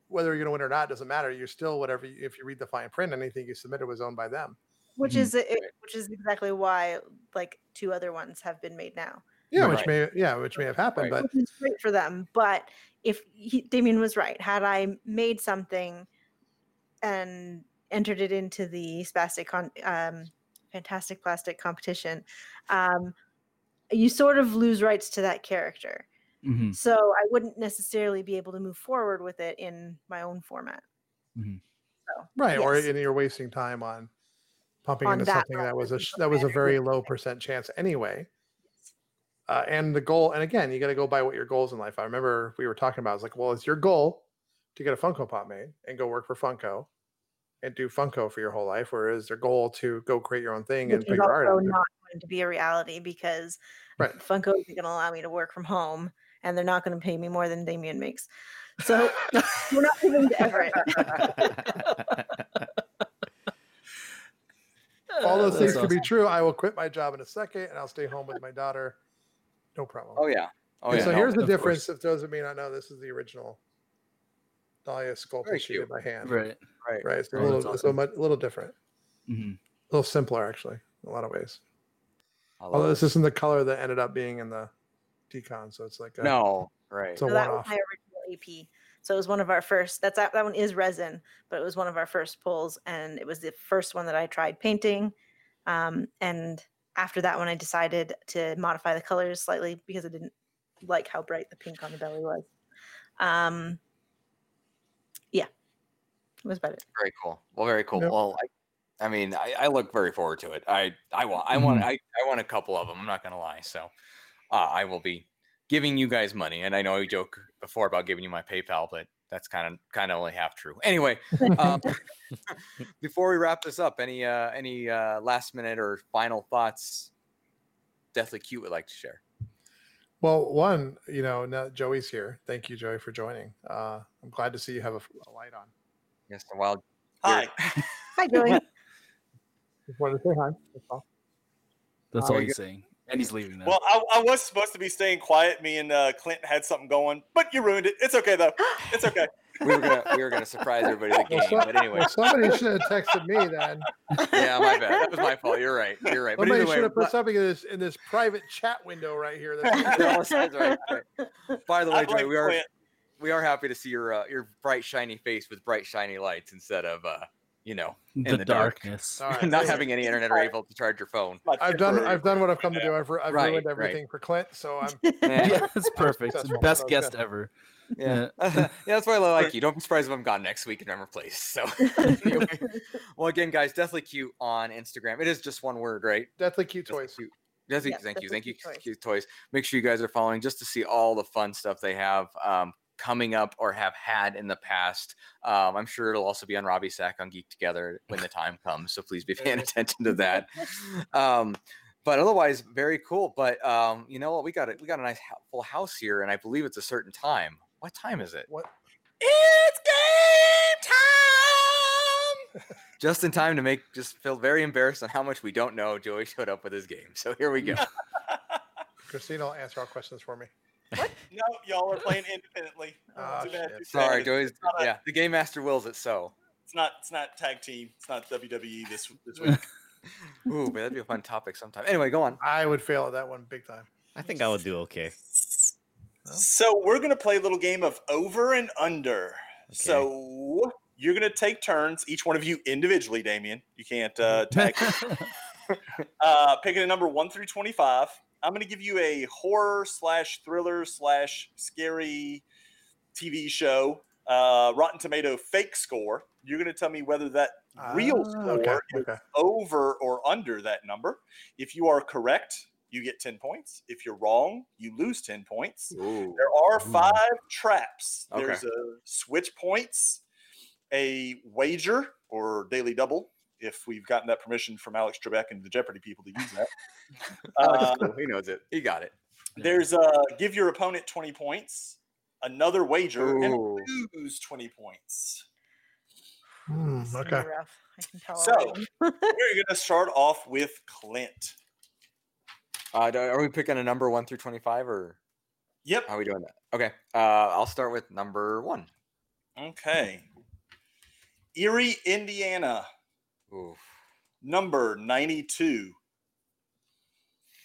E: whether you're going to win or not doesn't matter. You're still whatever. You, if you read the fine print, anything you submitted was owned by them.
F: which
B: Mhm.
F: is e, it, which is exactly why like two other ones have been made now.
E: Yeah,
C: Right.
E: which may yeah, which may have happened,
C: Right.
E: but
F: which is great for them. But if he, Damien was right, had I made something and entered it into the spastic con, um, fantastic plastic competition, um, you sort of lose rights to that character.
B: Mhm.
F: So I wouldn't necessarily be able to move forward with it in my own format.
E: right, or
F: yes.
E: and you're wasting time on pumping
F: On
E: into
F: that
E: something that
F: level,
E: was a
F: it's
E: sh-
F: not
E: that was a
F: matter.
E: very low percent chance anyway. Uh, and the goal, and again, you got to go by what your goals in life. I remember we were talking about. I was like, well, it's your goal to get a Funko Pop made and go work for Funko and do Funko for your whole life, or is their goal to go create your own thing and
F: Which
E: put
F: is
E: your art out
F: also
E: there?
F: not going to be a reality because
E: Right.
F: Funko isn't going to allow me to work from home and they're not going to pay me more than Damien makes. So we're not moving to Everett.
E: all those
B: Uh,
E: things
B: that's
E: could be true. I will quit my job in a second and I'll stay home with my daughter. No problem.
C: Oh yeah. Oh
E: And
C: yeah.
E: so
C: no,
E: here's the
B: of course.
E: difference. If those of you not know, this is the original Dahlia sculpture
C: Very
E: she did by hand. Right.
B: Right.
E: It's a
B: Oh,
E: little,
B: that's
E: so
B: awesome.
E: much, a little different,
B: hmm
E: a little simpler actually, in a lot of ways.
C: I love
E: Although Oh, this
C: it.
E: isn't the color that ended up being in the decon, so it's like a,
C: no right.
E: it's
F: So
E: a one
F: that was
E: off.
F: my original AP. So it was one of our first. That's that one is resin, but it was one of our first pulls, and it was the first one that I tried painting. Um, and after that one, I decided to modify the colors slightly because I didn't like how bright the pink on the belly was. Um, yeah, that was about it.
C: very cool. Well, very cool.
E: Yep.
C: Well, I, I mean, I, I look very forward to it. I, I want, I want, I, I want a couple of them. I'm not gonna lie. So, uh, I will be giving you guys money, and I know you joke before about giving you my PayPal, but that's kind of, kind of only half true. Anyway, um, before we wrap this up, any, uh, any uh, last minute or final thoughts? Deathly cute would like to share.
E: Well, one, you know, now Joey's here. Thank you, Joey, for joining. Uh, I'm glad to see you have a, a light on.
C: Yes, the wild.
A: Hi.
F: Hi, Joey.
E: Just wanted to say hi. That's all.
B: That's
E: Uh,
B: all
E: you
B: he's saying. And he's leaving now.
A: Well, I, I was supposed to be staying quiet. Me and uh, Clint had something going, but you ruined it. It's okay though. It's okay.
C: We were gonna, we were gonna surprise everybody with the
E: Well,
C: game,
E: so-
C: but anyway,
E: Well, somebody should have texted me then.
C: yeah, my bad. That was my fault. You're right. You're right. But
E: Somebody
C: either way,
E: should have
C: la-
E: put something in this in this private chat window right here. That's
C: No, that's right, that's right. By the
A: I
C: way, Joy,
A: blame
C: we are
A: Clint.
C: we are happy to see your uh, your bright shiny face with bright shiny lights instead of uh, you know
B: the,
C: the dark.
B: darkness.
E: all right.
C: not having any internet or able to charge your phone.
A: My
E: I've done
A: temporary-
E: I've done what I've come to do. I've, ru- I've
C: Right,
E: ruined
C: right.
E: everything for Clint, so I'm
C: Yeah,
B: Yeah, it's perfect.
E: successful.
B: Best
E: Sounds
B: guest
E: good.
B: ever.
C: yeah. yeah, that's why I like you. Don't be surprised if I'm gone next week and I'm replaced. So, anyway. well, again, guys, deathly cute on Instagram. It is just one word, right?
E: deathly cute
C: Deathly
E: toys.
C: Cute. Deathly-
F: Yes,
C: thank you,
F: Deathly
C: thank you,
F: Cute Toys.
C: cute toys. Make sure you guys are following just to see all the fun stuff they have um, coming up or have had in the past. Um, I'm sure it'll also be on Robbie Sack on Geek Together when the time comes. So please be paying attention to that. Um, but otherwise, very cool. But um, you know what? We got it. We got a nice hou- full house here, and I believe it's a certain time. What time is it?
E: What?
C: It's game time. just in time to make just feel very embarrassed on how much we don't know. Joey showed up with his game, so here we go.
E: Christina will answer all questions for me.
A: No, y'all are playing independently.
E: Ah,
A: Too bad,
E: shit.
A: too
C: Sorry,
A: bad.
C: Joey's
A: not a-
C: yeah. The game master wills it so.
A: It's not. It's not tag team. It's not WWE this this week.
C: Ooh, but that'd be a fun topic sometime. Anyway, go on.
E: I would fail at that one big time.
D: I think I would do okay.
A: So we're gonna play a little game of over and under. So you're gonna take turns, each one of you individually, Damien. You can't uh, tag. uh, picking a number one through twenty-five. I'm gonna give you a horror slash thriller slash scary TV show. Uh, Rotten Tomato fake score. You're gonna tell me whether that real
E: Ah,
A: score
E: Okay.
A: is
E: Okay.
A: over or under that number. If you are correct, you get 10 points. If you're wrong, you lose 10 points.
C: Ooh.
A: There are five traps.
C: Okay.
A: There's a switch points, a wager or daily double, if we've gotten that permission from Alex Trebek and the Jeopardy people to use that.
C: Alex,
A: Uh,
C: cool, he knows it. He got it.
A: There's uh give your opponent 20 points, another wager,
C: Ooh.
A: and lose 20 points.
E: Hmm,
F: It's gonna be
E: okay.
F: rough. I can tell
A: So-
F: already.
A: We're gonna start off with Clint.
C: Uh, do- are we picking a number one through twenty-five, or
A: Yep.
C: how are we doing that? Okay, uh, I'll start with number one.
A: Okay. Erie, Indiana,
C: Oof.
A: number 92.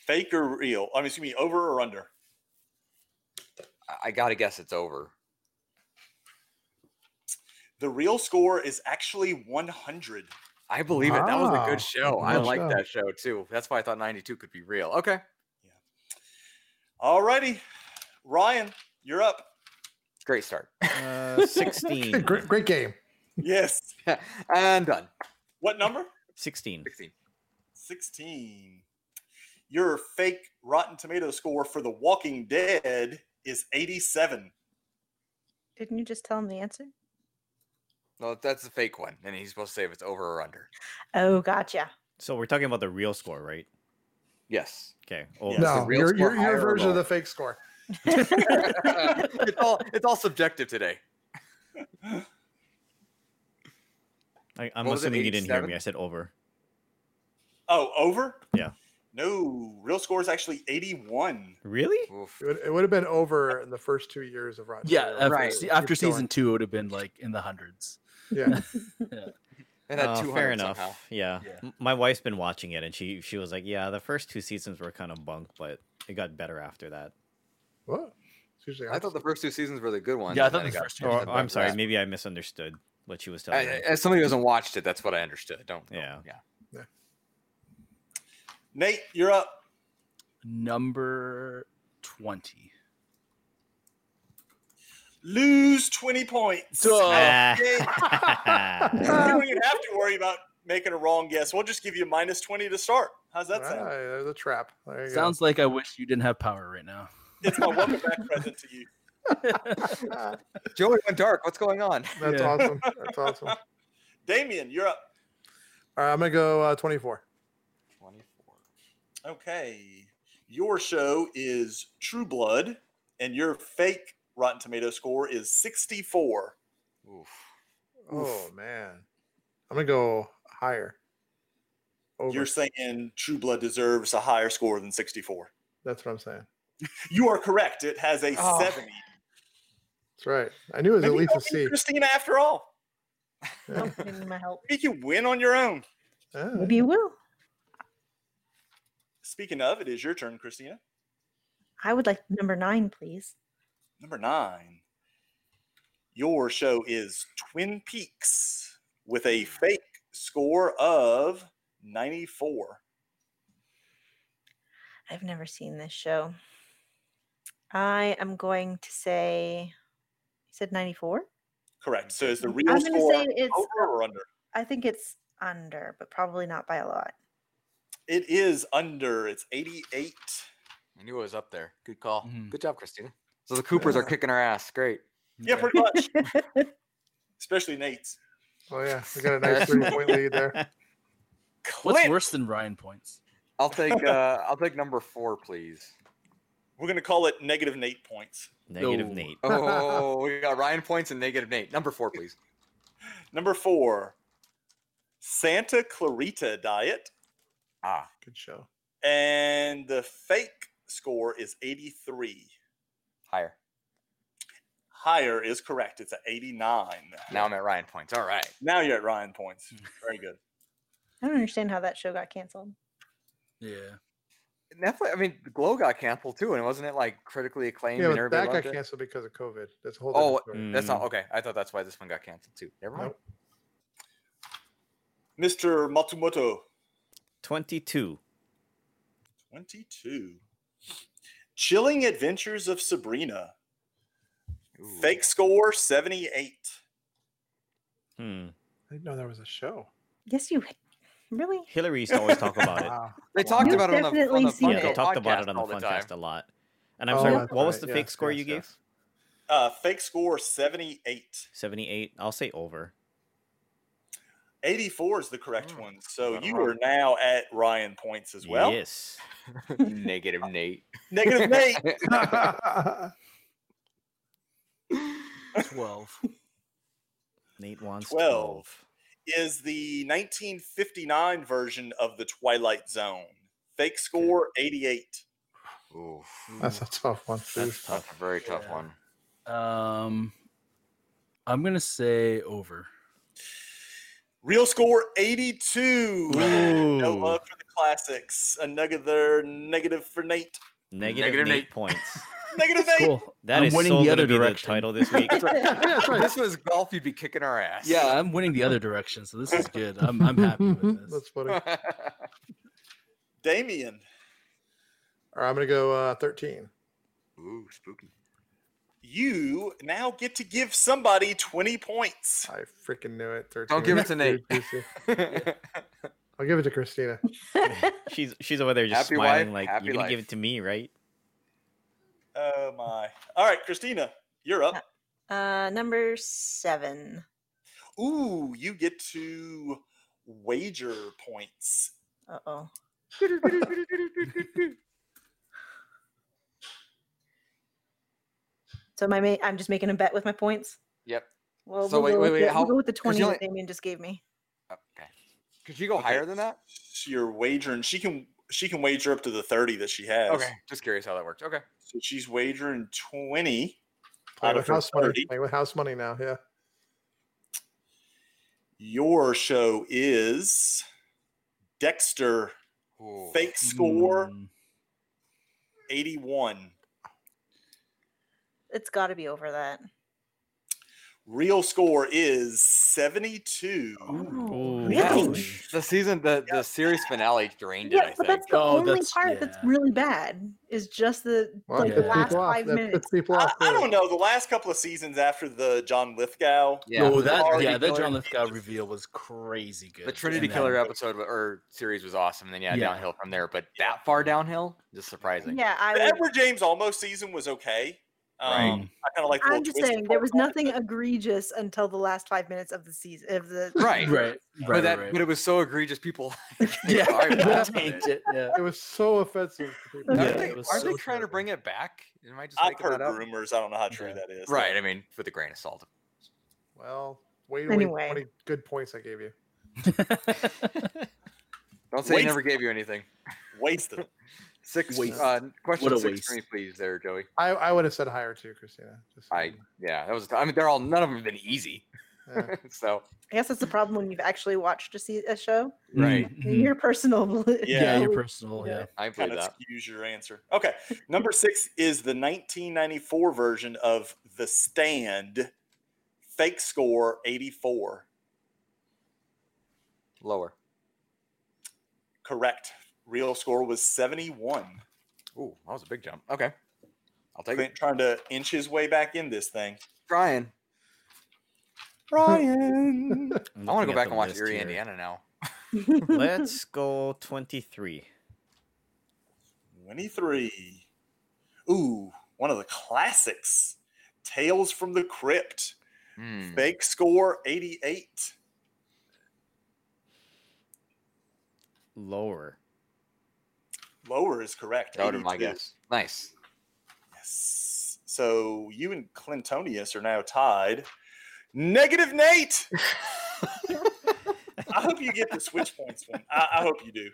A: Fake or real? I mean, excuse me, over or under?
C: I- I gotta guess it's over.
A: The real score is actually 100.
C: I believe it. That was a
E: Wow.
C: good show. I
E: Good
C: like
E: show.
C: that show too. That's why I thought 92 could be real. Okay.
A: Alrighty. Ryan, you're up.
C: Great start.
D: Uh, 16.
E: Great, great game.
A: Yes.
C: and done.
A: What number?
D: 16.
C: 16.
A: 16. Your fake Rotten Tomato score for The Walking Dead is 87.
F: Didn't you just tell him the answer?
C: No, that's the fake one. And he's supposed to say if it's over or under.
F: Oh, gotcha.
D: So we're talking about the real score, right?
C: Yes.
D: Okay. Oh,
A: Yeah. Is the
E: No,
C: real
E: your,
C: score
E: your,
C: higher
E: your
C: or
E: version of
C: lower?
E: the fake score.
C: it's all it's all subjective today.
D: I, I'm
C: What was it,
D: assuming you didn't hear
C: 87?
D: me. I said over.
A: Oh, over?
D: Yeah.
A: No, real score is actually 81.
D: Really?
C: Oof.
E: It would, it would have been over in the first two years of Rotten.
B: Yeah,
E: Tomatoes.
B: after,
C: Right.
B: se- after
E: Keep going.
B: season two, it would have been like in the hundreds.
E: Yeah.
C: It had
D: Uh,
C: 200
D: fair enough.
C: somehow.
D: Yeah.
B: Yeah.
D: M- My wife's been watching it, and she she was like, "Yeah, the first two seasons were kind of bunk, but it got better after that."
E: What? It's usually
C: I thought the first two seasons were the good ones.
B: Yeah, I
C: and
B: thought
C: then
B: the
C: it got
B: first two
C: upset
D: Or
C: by
D: I'm
C: the
D: sorry,
C: rest.
D: maybe I misunderstood what she was
C: I-
D: telling me.
C: I- as somebody who hasn't watched it, that's what I understood. Don't. don't-
D: Yeah.
C: Yeah.
A: Nate, you're up.
B: Number 20.
A: Lose 20 points.
C: oh,
B: Duh.
D: Ah.
A: You
E: Uh,
A: don't even have to worry about making a wrong guess. We'll just give you minus 20 to start. How's that
E: ah,
A: sound?
E: there's a trap. There you
B: Sounds like I wish you didn't have power right now.
A: It's my welcome back present to you.
E: go. Ah,
C: Joey went dark. What's going on?
E: That's
B: Yeah.
E: awesome. That's awesome. All
A: Damien, you're up.
E: right, I'm gonna go uh, 24.
C: 24.
A: Okay. Your show is True Blood, and your fake Rotten Tomato score is 64.
C: Oof.
E: Oh man, I'm gonna go higher. Over.
A: You're saying True Blood deserves a higher score than 64.
E: That's what I'm saying.
A: You are correct. It has a
C: Oh.
A: 70.
E: That's right. I knew it was
A: Maybe
E: Ah, at
A: you
E: least
A: don't
E: a
A: need
E: C.
A: Christina, after all,
E: Yeah.
F: Don't need my help.
A: you can win on your own.
E: Ah,
F: Maybe you will.
A: Speaking of, it is your turn, Christina.
F: I would like number nine, please.
A: Number nine. Your show is Twin Peaks with a fake score of 94.
F: I've never seen this show. I am going to say, you said 94?
A: Correct. So is the
F: I'm
A: real
F: gonna
A: score Oh.
F: say it's,
A: over or under?
F: I think it's under, but probably not by a lot.
A: It is under. It's 88.
C: I knew it was up there. Good call.
B: Mhm.
C: Good job, Christina. So the Coopers are
E: Yeah.
C: kicking our ass. Great.
A: Yeah, pretty much. Especially Nate's.
E: Oh yeah, we got a nice three point lead there.
B: What's
C: Clint,
B: worse than Ryan points?
C: I'll take uh, I'll take number four, please.
A: We're going to call it negative Nate points.
D: Negative
B: No.
D: Nate.
C: Oh, we got Ryan points and negative Nate. Number four, please.
A: Number four Santa Clarita Diet.
C: Ah,
E: Good show.
A: And the fake score is 83.
C: higher.
A: Higher is correct. It's at 89.
C: Now I'm Hmm. at Ryan points. All right.
A: Now you're at Ryan points. Very good.
F: I don't understand how that show got canceled.
B: Yeah.
C: Netflix. I mean, Glow got canceled too, and wasn't it like critically acclaimed
E: Yeah,
C: and
E: but
C: everybody
E: that got
C: loved it?
E: canceled because of COVID. That's a whole.
C: Oh,
E: different story.
D: mm.
C: That's not okay. I thought that's why this one got canceled too. Never mind.
E: Nope.
A: Mr. Matsumoto,
D: 22.
A: 22. Chilling Adventures of Sabrina.
C: Ooh.
A: Fake score 78.
D: Hmm.
E: I didn't know there was a show.
F: Yes, you really?
D: Hillary used to always talk about it.
E: Wow.
C: They talked
F: You've
C: about it on the, on
F: definitely
C: the
F: seen
D: Yeah,
F: it.
D: they
C: Funko
D: talked about it on the
C: all the time.
D: podcast a lot. And I'm
E: Oh,
D: sorry,
E: that's
D: what was
E: right.
D: the
E: Yes,
D: fake score
E: yes,
D: you
E: yes.
D: gave?
A: Uh, fake score 78.
D: 78. I'll say over.
A: 84 is the correct
C: Hmm,
A: one. So
C: got it
A: you
C: wrong.
A: are now at Ryan points as well.
D: Yes.
C: Negative Nate.
A: Negative Nate.
B: Twelve.
D: Nate wants 12.
A: Twelve. is the 1959 version of The Twilight Zone. Fake score 88.
C: Oof.
E: That's a tough one.
D: That's
E: Oof.
D: tough.
C: That's a very tough
B: Yeah.
C: one.
B: Um, I'm gonna say over.
A: Real score 82. No
D: Ooh.
A: love for the classics. Another negative for Nate.
D: Negative,
C: Negative
D: Nate,
C: Nate.
D: points.
A: Negative Nate.
B: Cool.
D: That
B: I'm
D: is
B: winning
D: so
B: the
D: gonna
B: other
D: be
B: direction.
D: the title this week.
C: this was golf, you'd be kicking our ass.
B: Yeah, I'm winning the other direction, so this is good. I'm I'm happy with this.
E: That's funny. All
C: Ooh,
A: Damien,
E: right, I'm gonna go uh, 13.
C: spooky.
A: you now get to give somebody 20 points.
E: I freaking knew it. 13.
C: Don't give
E: was
C: it to Nate.
E: too juicy. I'll give it to Christina.
D: She's she's over there just
C: Happy
D: smiling
C: wife,
D: like
C: happy
D: you're gonna give
C: life."
D: it to me, right?
A: Oh, my. All right, Christina, you're up.
F: uh, number seven.
A: Ooh, you get to wager points.
F: Uh oh. so my ma- I'm just making a bet with my points.
C: Yep.
F: Well,
C: So
F: we'll
C: wait,
F: go
C: wait,
F: with
C: wait,
F: the,
C: how-
F: we'll go with the
C: 'cause
F: twenty
C: you
F: that
C: only-
F: Damien just gave me.
C: Okay. Could you go
A: Okay.
C: higher than that?
A: So You're wagering. She can she can wager up to the 30 that she has.
C: Okay. Just curious how that worked. Okay.
A: So she's wagering 20
E: Play
A: out of
E: with
A: her
E: house money.
A: 30.
E: Play with house money now. Yeah.
A: Your show is Dexter
C: Ooh.
A: fake score
B: Mm,
A: 81.
F: It's got to be over that.
A: Real score is 72.
B: Hmm.
F: Oh,
B: really?
C: The season, the, the series finale drained it,
F: Yeah,
C: I
F: but
C: think.
F: that's the
B: Oh,
F: only
B: that's-
F: part that's
B: yeah.
F: really bad. Is just the
E: Well,
F: like
E: that
F: the
B: yeah.
F: last
E: pissed people off.
F: five
E: That
F: minutes.
E: pissed people
A: I,
E: off,
A: I
E: really.
A: don't know. The last couple of seasons after the John Lithgow,
C: yeah.
B: oh, that
A: Already
B: yeah, that John
A: killer.
B: Lithgow reveal was crazy good.
C: The Trinity
B: and then-
C: Killer episode or series was awesome. And then, yeah,
B: Yeah.
C: downhill from there. But that far downhill, just surprising.
F: Yeah, I
A: the
F: would,
A: Edward James almost season was okay. Um,
C: Right.
A: I kind of like. the
F: I'm
A: little
F: just
A: twist
F: saying
A: part
F: there was
A: on it,
F: nothing
A: but-
F: egregious until the last five minutes of the season of the
B: Right,
C: Right.
B: right,
C: But that,
B: right.
C: but it was so egregious. People,
B: yeah,
C: Sorry about
B: that's
C: it.
B: it, yeah.
E: It was so offensive. To people.
C: Aren't
B: Yeah,
C: they,
B: it was
C: aren't they
B: so
C: trying to
B: terrible.
C: bring it back? Am I just
A: I've
C: making
A: heard
C: that up?
A: rumors. I don't know how true
B: Yeah.
A: that is.
C: Right. I mean, with a grain of salt.
E: Well, wait,
F: Anyway.
E: wait, 20 good points I gave you.
C: Don't say I
A: Waste-
C: never gave you anything.
A: Wasted.
C: Six.
B: Waste.
C: Uh, question
B: What a
C: six for me,
B: waste.
C: please, there, Joey.
E: I, I would have said higher too, Christina. Just so
C: I-
E: you
C: Yeah, that was. I mean, they're all none of them have been easy.
E: know. Yeah.
C: so
F: I guess that's the problem when you've actually watched a, se- a show.
C: right,
B: Mhm.
F: Your personal belief-
B: Yeah,
A: Yeah.
B: your personal. Yeah.
C: I believe
A: kind of
C: that.
A: skews your answer. Okay. Number six is the 1994 version of The Stand, fake score 84.
C: Lower.
A: Correct. Real score was 71.
C: Ooh, that was a big jump. Okay, I'll take
A: Clint
C: it.
A: trying to inch his way back in this thing.
C: Brian,
A: Brian.
C: I want to go back and watch Erie, Indiana now.
D: Let's go 23.
A: 23. Ooh, one of the classics. Tales from the Crypt.
C: Hmm.
A: Fake score 88.
D: Lower.
A: Lower is correct.
C: That would have been my
A: 82.
C: guess. Nice.
A: Yes. So you and Clintonius are now tied. Negative Nate. I hope you get the switch points one. I, I hope you do.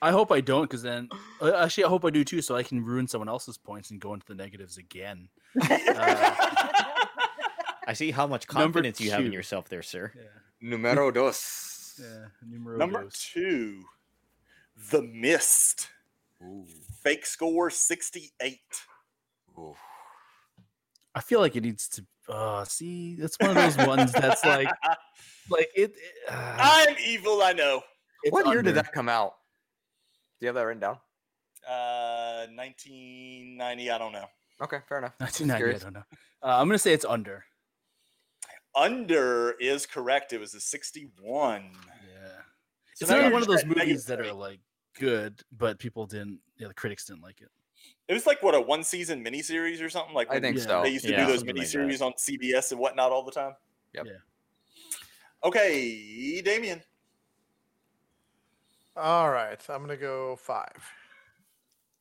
B: I hope I don't, because then uh, actually I hope I do too, so I can ruin someone else's points and go into the negatives again. Uh,
D: I see how much
B: Number
D: confidence you have in
B: two.
D: yourself there, sir.
B: Yeah.
C: Numero dos.
B: Yeah. Numero
A: Number
B: dos.
A: two, The Mist.
C: Ooh.
A: Fake score 68.
C: Ooh.
B: I feel like it needs to. Uh, see, it's one of those ones that's like, like it. it- uh,
A: I'm evil, I know.
B: it's
C: What year did
B: under.
C: that come out? Do you have that written down?
A: Uh, 1990, I don't know.
C: Okay, fair enough. Just
B: 1990. I
C: curious.
B: don't know. Uh, I'm gonna say it's under.
A: Under is correct. It was a 61.
B: Yeah.
A: So
B: it's
A: now
B: not
A: you're
B: one
A: just
B: of those
A: at negative
B: movies that are
A: three.
B: like good, but people didn't. Yeah, the critics didn't like it.
A: It was like what a one season miniseries or something. Like
C: I
A: when
C: think
B: Yeah.
C: so.
A: They used to
D: yeah,
A: do those
D: something like
A: miniseries on CBS and whatnot all the time.
C: Yep.
B: Yeah.
A: Okay, Damien.
E: All right, I'm gonna go five.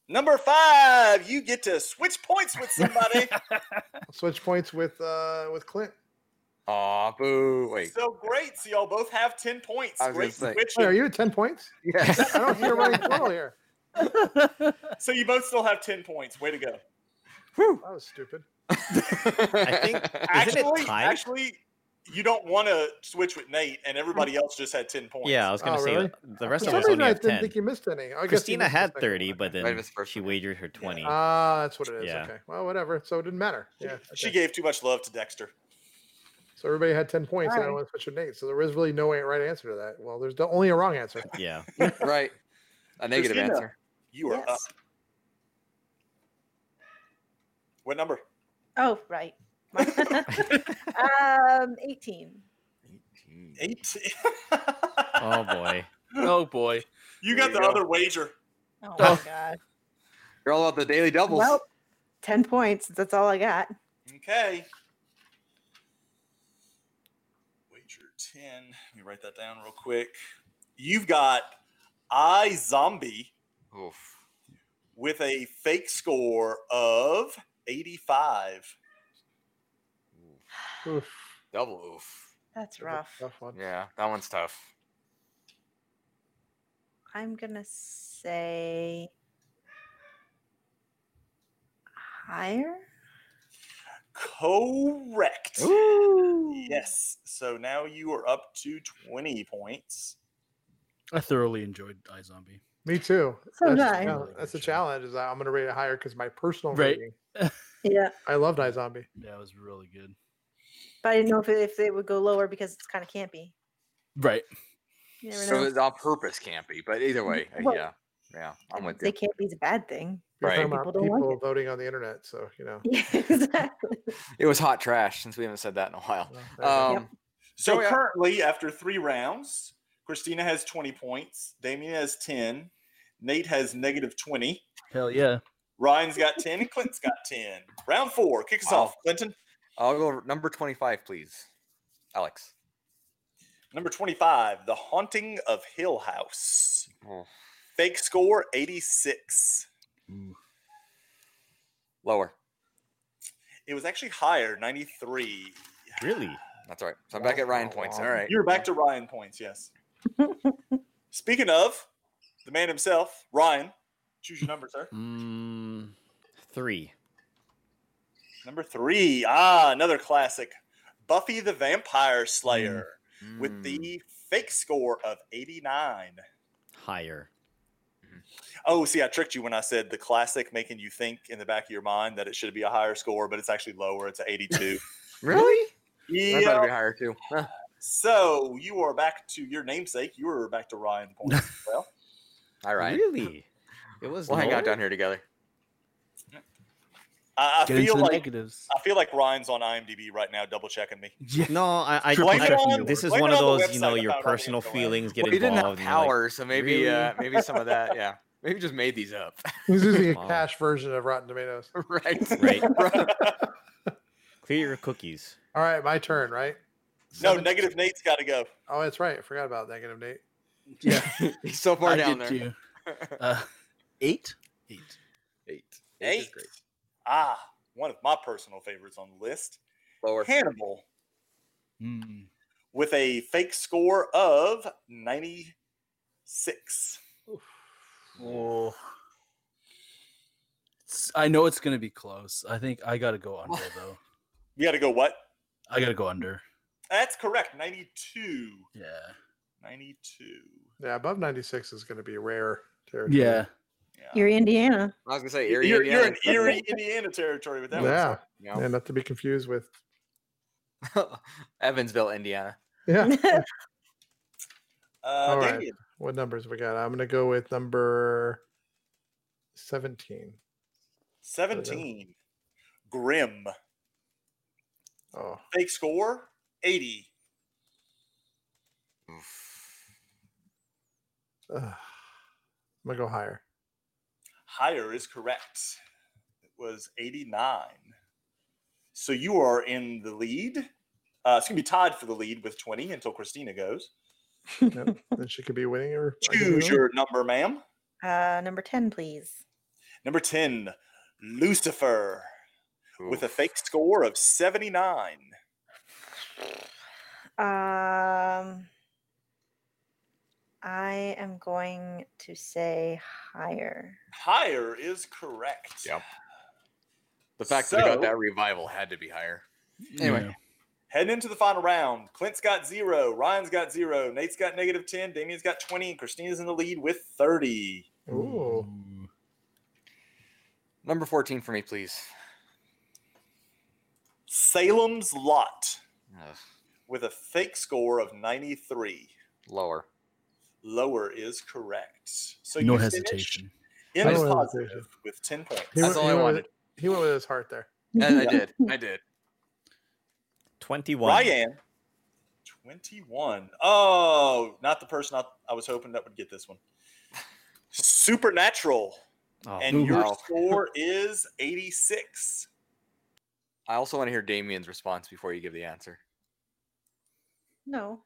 A: Number five, you get to switch points with somebody.
E: Switch points with uh with Clint.
C: Aw, boo. Wait.
A: so great. So y'all both have 10 points.
C: I was
A: Great
C: gonna say.
E: Wait, are
A: switching.
E: you at ten points?
C: Yes.
E: I don't see a running total here.
A: So you both still have 10 points. Way to go.
E: That was stupid.
C: I
D: think- Isn't it
A: Actually,
D: tied?
A: actually, you don't want to switch with Nate, and everybody else just had 10 points.
D: Yeah, I was gonna
E: Oh,
D: say
E: really?
D: the rest
E: For
D: of
E: some
D: us
E: reason,
D: only
E: I
D: have
E: didn't
D: ten.
E: think you missed any. I guess you
D: Christina
E: missed the
D: had
E: second
D: thirty,
E: one.
D: but
C: Might have
D: then
C: missed the first
D: she
C: one.
D: wagered her twenty.
E: Ah, that's what it is.
D: Yeah.
E: Okay. Well, whatever. So it didn't matter. Yeah.
A: She
E: okay.
A: gave too much love to Dexter.
E: So everybody had ten points, and I
F: Alright.
E: went switch with Nate. So there was really no way- right answer to that. Well, there's the- only a wrong answer.
D: yeah.
C: right. A negative
A: Christina.
C: answer.
A: You are up.
F: Yes.
A: What number?
F: Oh, right. um, 18.
A: 18.
D: Oh boy.
B: Oh boy.
A: You
C: There
A: got
C: you
A: the
C: go.
A: other wager.
F: Oh, my
B: Oh.
F: God.
C: You're all about the daily doubles.
F: Well, 10 points. That's all I got.
A: Okay. Wager 10. Let me write that down real quick. You've got I Zombie
C: Oof.
A: with a fake score of 85.
E: Oof,
C: Double oof.
F: That's
E: that's a
F: rough.
E: tough one.
C: Yeah, that one's tough.
F: I'm going to say higher.
A: Correct.
C: Ooh.
A: Yes. So now you are up to 20 points.
B: I thoroughly enjoyed iZombie.
E: Me too.
F: So
E: that's,
F: nice.
E: yeah, that's the challenge. Is that I'm going to rate it higher because my personal
B: Right.
E: rating.
F: Yeah.
E: I loved iZombie.
B: Yeah, it was really good.
F: But I didn't know if it, if it would go lower because it's kind of campy.
B: Right.
F: You never
C: So
F: know.
C: it's on purpose can't be, but either way, uh,
F: Well-
C: yeah. Yeah. I'm with
F: They
C: you.
F: can't be a bad thing.
E: You're
C: Right.
E: talking about
F: People
E: people,
F: don't like it.
E: voting on the internet, so you know.
F: Yeah, exactly.
C: It was hot trash since we haven't said that in a while.
E: well, there you
A: Uh,
E: go.
C: Um
F: Yep.
A: So
C: Joey, I-
A: currently, after three rounds, Christina has 20 points, Damien has 10, Nate has negative 20,
B: Hell yeah.
A: Ryan's got 10, and Clint's got 10. Round four, kick us
C: Wow.
A: off, Clinton.
C: I'll go number 25, please. Alex.
A: Number 25, The Haunting of Hill House.
C: Oh.
A: Fake score 86.
C: Lower.
A: It was actually higher, 93.
D: Really?
C: That's all right. So I'm back at Ryan
E: Wow,
C: points.
E: wow.
C: All right.
A: You're back to Ryan points, yes. Speaking of the man himself, Ryan, choose your number, sir.
D: Mm, three.
A: Number three, ah, another classic Buffy the Vampire Slayer
B: Mm-hmm.
A: with the fake score of 89.
D: Higher.
A: Oh, see, I tricked you when I said the classic making you think in the back of your mind that it should be a higher score, but it's actually lower. It's an 82.
C: really? I'd rather
A: yeah.
C: be higher too. Huh.
A: So you are back to your namesake. You are back to Ryan points as well.
C: All right.
D: Really? It was.
C: We'll hang out
D: lower?
C: down here together.
A: I, I
B: Get into
A: feel
B: the
A: like
B: negatives.
A: I feel like Ryan's on IMDb right now, double checking me.
B: Yeah.
D: No, I. I,
B: Triple
D: I-
A: check on-
D: this is
A: blame
D: one
A: it
D: of
A: on the
D: those, you know,
A: website
D: your
A: about how the
D: personal
A: internet-
D: feelings get
C: Well, he
D: involved.
C: didn't have
D: and you're like,
C: power, so maybe
D: really?
C: uh, maybe some of that. Yeah, maybe just made these up.
E: He's using a
D: Wow.
E: cash version of Rotten Tomatoes.
C: right.
D: Right. Clear your cookies.
E: All right, my turn, right?
A: No,
E: Seven-
A: negative Nate's got to go.
E: Oh, that's right. I forgot about negative Nate.
B: Yeah.
C: He's so far
B: I
C: down
B: did
C: there.
B: too. Uh, eight? Eight.
C: Eight. is
A: Eight.
C: great.
A: Ah, one of my personal favorites on the list.
C: Lower.
A: Hannibal
B: Mm.
A: with a fake score of 96.
B: Oh. It's- I know it's going to be close. I think I got to go under, though.
A: You got to go what?
B: I got to go under.
A: That's correct. 92.
B: Yeah.
A: 92.
E: Yeah, above 96 is going to be rare territory.
B: Yeah.
A: Yeah.
F: You're Indiana.
C: I was gonna say
A: You're,
C: Erie,
A: you're,
C: Indiana.
A: in Erie, Indiana territory with that one.
E: Yeah.
C: Yeah.
E: And not to be confused with.
C: Evansville, Indiana.
E: Yeah.
A: Uh,
E: All right.
A: Damien,
E: what numbers we got? I'm going to go with number 17.
A: 17. Grim.
E: Oh,
A: Fake score 80.
E: ugh. I'm going to go higher.
A: Higher is correct. It was 89. So you are in the lead. Uh, it's going to be tied for the lead with 20 until Christina goes.
E: Yep. then she could be winning her. I could be
A: Choose
E: wrong.
A: your number, ma'am.
F: Uh, number 10, please.
A: Number 10, Lucifer, with a fake score of 79.
F: Um, I am going to say higher.
A: Higher is correct.
C: Yep. The fact that I got
A: So-
C: that revival had to be higher.
D: Anyway.
A: Heading into the final round, Clint's got zero, Ryan's got zero, Nate's got negative 10, Damien's got 20, and Christina's in the lead with 30.
B: Yeah.
E: Ooh.
C: Number 14 for me, please.
A: Salem's Lot
C: Ugh,
A: with a fake score of 93.
C: lower.
A: Lower is correct. So
B: no
A: you finish
B: hesitation.
A: In
E: No
A: the
E: hesitation.
A: positive with 10 points.
E: He
C: That's
E: went-
C: all I
E: he went
C: wanted.
E: with- He went with his heart there.
C: And I did. I did.
D: 21.
A: Ryan, 21. Oh, not the person I, I was hoping that would get this one. Supernatural.
D: Oh,
A: and your
C: wow.
A: score is 86.
C: I also want to hear Damien's response before you give the answer.
F: No.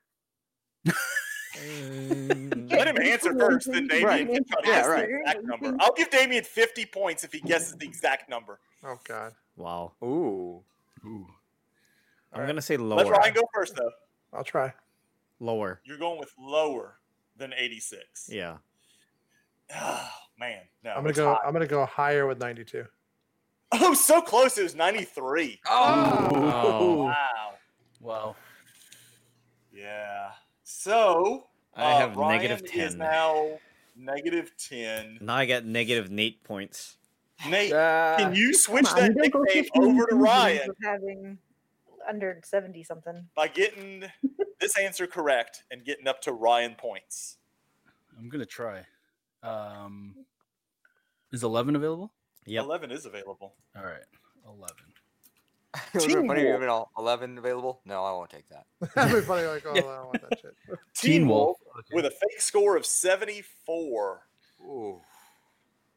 A: Let him answer first, then Damien
C: Right.
A: can try to
C: Yeah,
A: guess
C: right.
A: the exact number. I'll give Damien 50 points if he guesses the exact number.
E: Oh God.
D: Wow.
C: Ooh.
B: Ooh.
D: I'm
A: Alright.
D: going to say
A: Let
D: lower.
A: Ryan go first, though.
E: I'll try.
D: Lower.
A: You're going with lower than 86.
D: Yeah.
A: Oh, man. No.
E: I'm gonna
A: it's
E: go.
A: high.
E: I'm gonna go higher with 92.
A: Oh, so close. It was 93.
D: Oh.
A: Wow.
B: Wow.
A: Yeah. So
D: I
A: uh,
D: have
A: Ryan
D: negative
A: Is
D: 10.
A: now negative ten.
D: Now I got negative Nate points.
A: Nate,
E: Ah,
A: can you switch
F: Come on,
A: that
F: don't go
A: nickname
F: fishing
A: over
F: with
A: to
F: losers
A: Ryan
F: with Having under 70 something.
A: by getting this answer correct and getting up to Ryan points?
B: I'm gonna try. Um, is eleven available?
D: Yep.
A: Eleven is available.
B: All right, eleven.
C: It would've been funny if
A: Teen
C: you had all 11 available. No, I won't take that.
E: That'd be funny. Like, oh, I don't want that shit.
A: Teen Wolf
B: Okay.
A: with a fake score of seventy-four.
C: Ooh.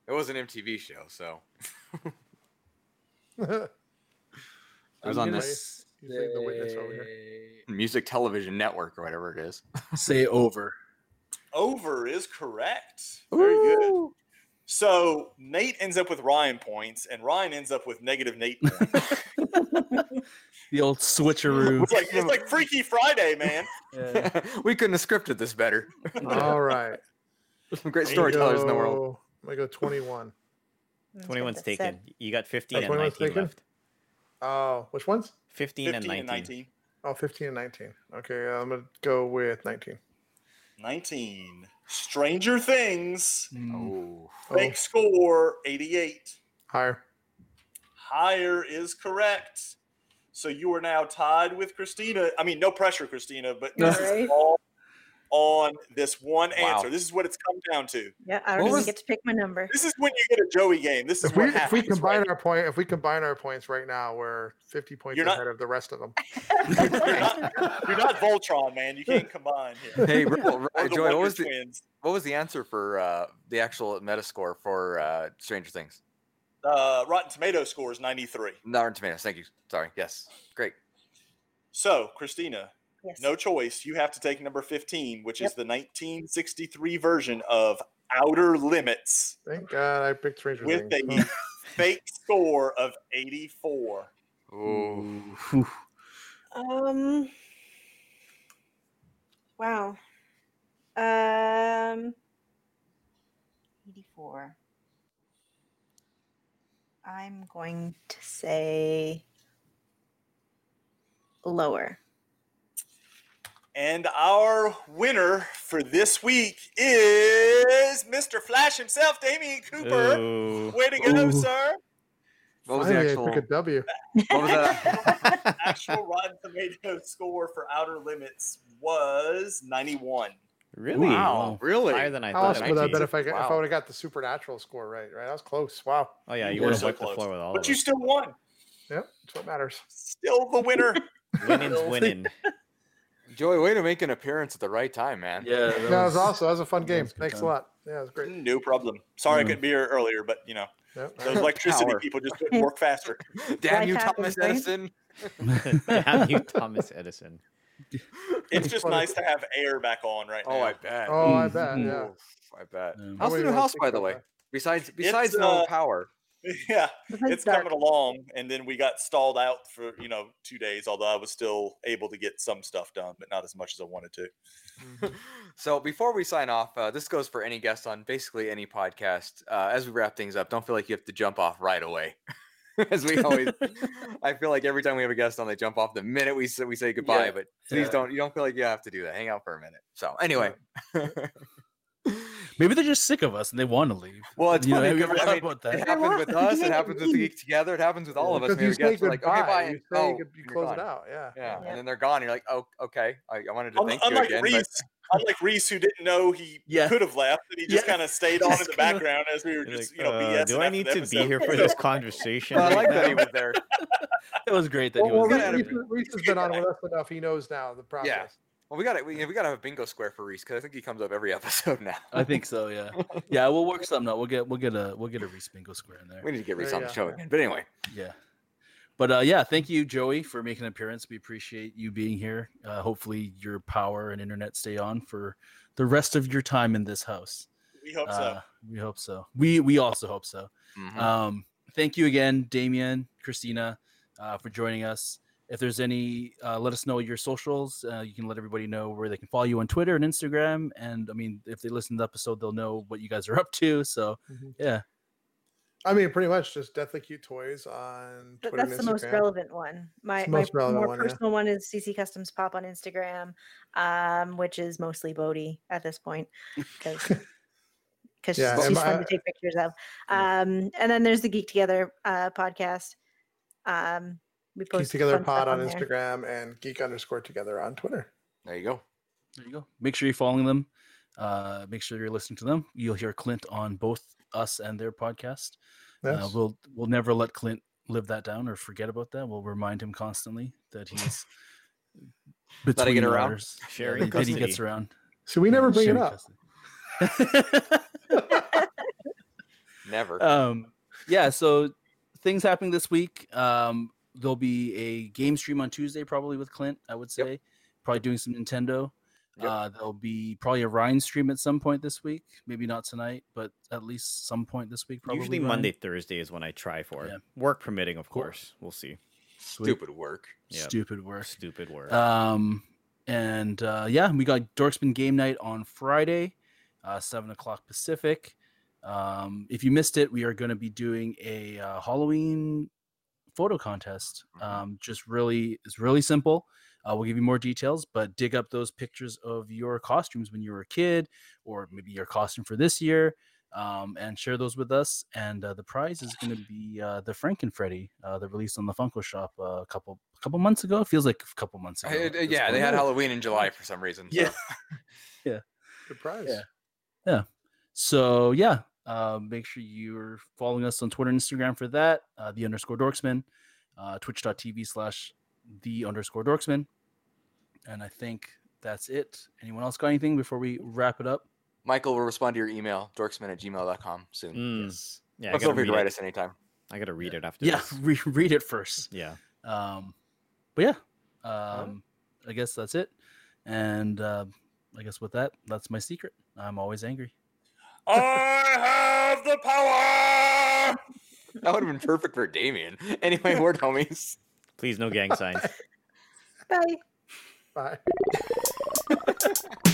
C: It was an MTV show, so. It was
B: I'm
C: on
B: gonna
E: this- He's leading the witness over
C: Music Television Network or whatever it is.
B: Say over.
A: Over is correct. Very good. So Nate ends up with Ryan points, and Ryan ends up with negative Nate points.
B: The old switcheroo.
A: It's like, it's like Freaky Friday, man.
B: Yeah.
C: we couldn't have scripted this better.
E: All right.
C: There's some great
E: I'm gonna
C: storytellers in the world.
E: go- I'm gonna go 21.
F: That's what
D: 21's
F: that said.
D: taken. You got 15
E: Oh,
D: and
E: 21's
D: 19
E: taken?
D: left.
E: Oh, which ones?
D: 15,
A: 15
D: and 19.
A: and 19.
E: Oh, 15 and 19. Okay, I'm gonna go with 19.
A: 19. Stranger Things.
B: Mm,
C: Oh.
E: Oh,
A: Fake score 88.
E: higher.
A: Higher is correct. So you are now tied with Christina. I mean, no pressure, Christina, but this is
F: Right.
A: all on this one
C: Wow.
A: answer. This is what it's come down to.
F: Yeah, I
C: What
F: don't even
C: was-
F: get to pick my number.
A: This is when you get a Joey game. This is
E: If we
A: what
E: if we
A: happens.
E: combine
A: right?
E: our point, if we combine our points right now, we're 50 points
A: You're not-
E: ahead of the rest of them.
A: you're, not, you're not Voltron, man. You can't combine here.
C: Hey, Ripple,
A: Or
C: right,
A: the
C: Joy,
A: Wonder
C: what was the,
A: twins.
C: what was the answer for uh, the actual Metascore for uh, Stranger Things?
A: Uh, Rotten Tomato score is 93.
C: Not Rotten Tomatoes. Thank you. Sorry. Yes. Great.
A: So, Christina,
F: Yes.
A: no choice. You have to take number 15, which is the 1963 version of Outer Limits
E: Thank God I picked Stranger
A: with
E: Things.
A: a fake score of 84.
C: Ooh.
B: Ooh.
F: Um. Wow. Um. Eighty-four. I'm going to say lower.
A: And our winner for this week is Mr. Flash himself, Damien Cooper.
D: Ooh.
A: Way to go,
B: Ooh.
A: sir.
C: What was the
E: Finally, I
C: actual?
E: pick a W.
C: What was that?
A: Actual Rotten Tomato score for Outer Limits was 91.
D: really?
B: Wow.
C: really?
D: Higher than I
E: How
D: thought.
E: else
D: it
E: would I
D: might
E: have been
D: be.
E: if I got, if I
C: Wow.
E: would have got the supernatural score right? Right, that was close. Wow,
D: Oh, yeah. You
B: were
D: would have
A: so
D: wiped the
A: close.
D: floor with all
A: But
D: of
A: you
D: us.
A: still won.
E: yep, that's what matters.
A: Still the winner.
D: Winning's winning.
C: Joey, way to make an appearance at the right time, man.
B: Yeah.
E: That was awesome. That was a fun
B: that
E: game.
B: was good
E: Thanks a
B: time.
E: lot. Yeah, it was great.
A: No problem. Sorry I
B: Mm.
A: couldn't be here earlier, but you know,
E: Yep.
A: Those electricity
C: Power.
A: people just couldn't work faster.
C: Damn
F: Life
C: you,
F: happens,
C: Thomas
F: right?
C: Edison.
D: Damn you, Thomas Edison.
A: It's just nice to have air back on right
C: Oh,
A: now.
C: I bet.
E: Oh, I
B: Mm,
E: bet.
B: mm.
E: Yeah.
C: Oof, I bet.
B: Yeah.
C: How's the
E: Nobody
C: new
E: really
C: house,
E: thinks
C: by the
E: about
C: way?
E: that.
C: Besides, besides no
A: uh,
C: power.
A: yeah,
F: Besides
A: it's
F: dark.
A: coming along. And then we got stalled out for you know two days, although I was still able to get some stuff done, but not as much as I wanted to.
C: so before we sign off, uh, this goes for any guest on basically any podcast. Uh, as we wrap things up, don't feel like you have to jump off right away. as we always, I feel like every time we have a guest on, they jump off the minute we say, we say goodbye. But please
B: Yeah.
C: don't. You don't feel like you have to do that. Hang out for a minute. So anyway.
B: Maybe they're just sick of us and they want to leave.
C: Well, it's
B: You know,
C: funny.
B: have you
C: 'cause,
B: ever
C: I
B: thought
C: mean,
B: about
C: It
B: that?
C: happened
F: Yeah,
C: with
F: you
C: us. It
F: can't
C: happens with the
F: leave.
C: Geek Together. It happens with all of us.
E: Because
C: man.
E: you
C: We
E: say
C: get to, like, okay,
E: goodbye.
C: bye,
E: You
C: and-
E: say
C: oh,
E: good-
C: and
E: you
C: you're
E: close it
C: gone.
E: out. Yeah.
C: Yeah,
F: Yeah.
C: and then they're gone. You're like, oh, okay. I, I wanted to
A: Un-
C: thank you
A: unlike
C: again. but-
A: Reese, unlike Reese, who didn't know he
B: Yeah.
A: could have left, and he just
B: Yeah.
A: kind of stayed on in
B: Just
A: the
B: kinda-
A: background as we were
D: You're
A: just,
D: like,
A: you know,
D: "Uh,
A: BSing
D: do I
A: after
D: need
A: the
D: to be here for
A: episode.
D: this conversation?
C: Well, I
D: right
C: like that
D: now?
C: he was there.
B: That was great that
E: Well,
B: he
E: well,
B: was.
C: gonna
E: Reese,
C: have
E: Reese,
C: to-
E: Reese has been on with us enough. He knows now the process.
C: Well, we got to we, we got to have a bingo square for Reese because I think he comes up every episode now.
B: I think so. Yeah, yeah. We'll work something out. We'll get we'll get a we'll get a Reese Bingo square in there.
C: we need to get Reese
E: Yeah,
C: on the
E: yeah.
C: show again. But anyway,
B: Yeah. But uh, yeah, thank you, Joey, for making an appearance. We appreciate you being here. Uh, hopefully, your power and internet stay on for the rest of your time in this house.
A: We hope so.
B: Uh, we hope so. We we also hope so.
C: Mhm.
B: Um, thank you again, Damien, Christina, uh, for joining us. If there's any, uh, let us know your socials. Uh, you can let everybody know where they can follow you on Twitter and Instagram. And I mean, if they listen to the episode, they'll know what you guys are up to. So
E: Mhm.
B: yeah,
E: I mean, pretty much just Deathly Cute Toys on
F: Th-
E: Twitter
F: that's
E: and
F: the most
E: Instagram.
F: relevant one. My,
E: the
F: my
E: most relevant
F: more
E: one, yeah.
F: personal one is CC Customs Pop on Instagram, um, which is mostly Bodhi at this point because
E: Yeah,
F: she's,
E: and
F: fun
E: my-
F: to take pictures of. Um, and then there's the Geek Together uh, podcast. Um, we post
E: Geek Together
F: fun stuff
E: Pod on
F: there.
E: Instagram and Geek underscore Together on Twitter.
C: there you go.
B: there you go. Make sure you're following them. Uh, make sure you're listening to them. You'll hear Clint on both us and their podcast.
E: Yes.
B: Uh, we'll we'll never let Clint live that down or forget about that. We'll remind him constantly that he's
C: Let it
B: between
C: get around.
B: routers. Yeah,
D: Sharing
B: that he gets
D: custody.
B: around.
E: so we never bring it
B: sharing
E: up.
B: custody.
C: Never.
B: um, yeah, so things happening this week. Um, there'll be a game stream on Tuesday, probably with Clint, I would
C: Yep.
B: say. Probably doing some Nintendo.
C: Yep.
B: Uh, there'll be probably a Ryan stream at some point this week. Maybe not tonight, but at least some point this week. Probably
D: Usually
B: Ryan.
D: Monday, Thursday is when I try for it.
B: Yeah.
D: Work permitting, of
B: Cool.
D: course. We'll see.
B: Sweet.
C: Stupid work.
D: Yeah.
B: Stupid work.
D: Stupid word.
B: Um, and uh, yeah, we got Dorksman game night on Friday, uh, seven o'clock Pacific. Um, if you missed it, we are going to be doing a uh, Halloween photo contest.
C: Mhm.
B: Um, just really, it's really simple. Uh, we'll give you more details, but dig up those pictures of your costumes when you were a kid, or maybe your costume for this year, um, and share those with us. And uh, the prize is going to be uh, the Frank and Freddy, uh, the release on the Funko Shop uh, a couple couple months ago. It feels like a couple months ago.
C: I-
B: at
C: I-
B: this
C: uh, yeah, they
B: point.
C: had Halloween in July for some reason. so-
B: Yeah.
E: Good prize.
B: Yeah. So yeah, uh, make sure you're following us on Twitter and Instagram for that. Uh, the underscore Dorksman, uh, Twitch.tv slash the underscore Dorksman, and I think that's it. Anyone else got anything before we wrap it up?
C: Michael will respond to your email, dorksman at gmail.com soon.
D: Mm.
B: Yes.
D: yeah, I
C: But
D: gotta,
C: feel free
D: read
C: to write
D: it.
C: us anytime.
D: I gotta read it after
B: Yeah,
D: this.
B: re- read it first.
D: Yeah.
B: Um, but yeah, um, I guess that's it. And uh, I guess with that, that's my secret. I'm always angry.
D: Uh.
A: I have the power.
C: That would have been perfect for Damien. Anyway, we're homies.
D: Please no gang signs.
F: Bye.
E: Bye.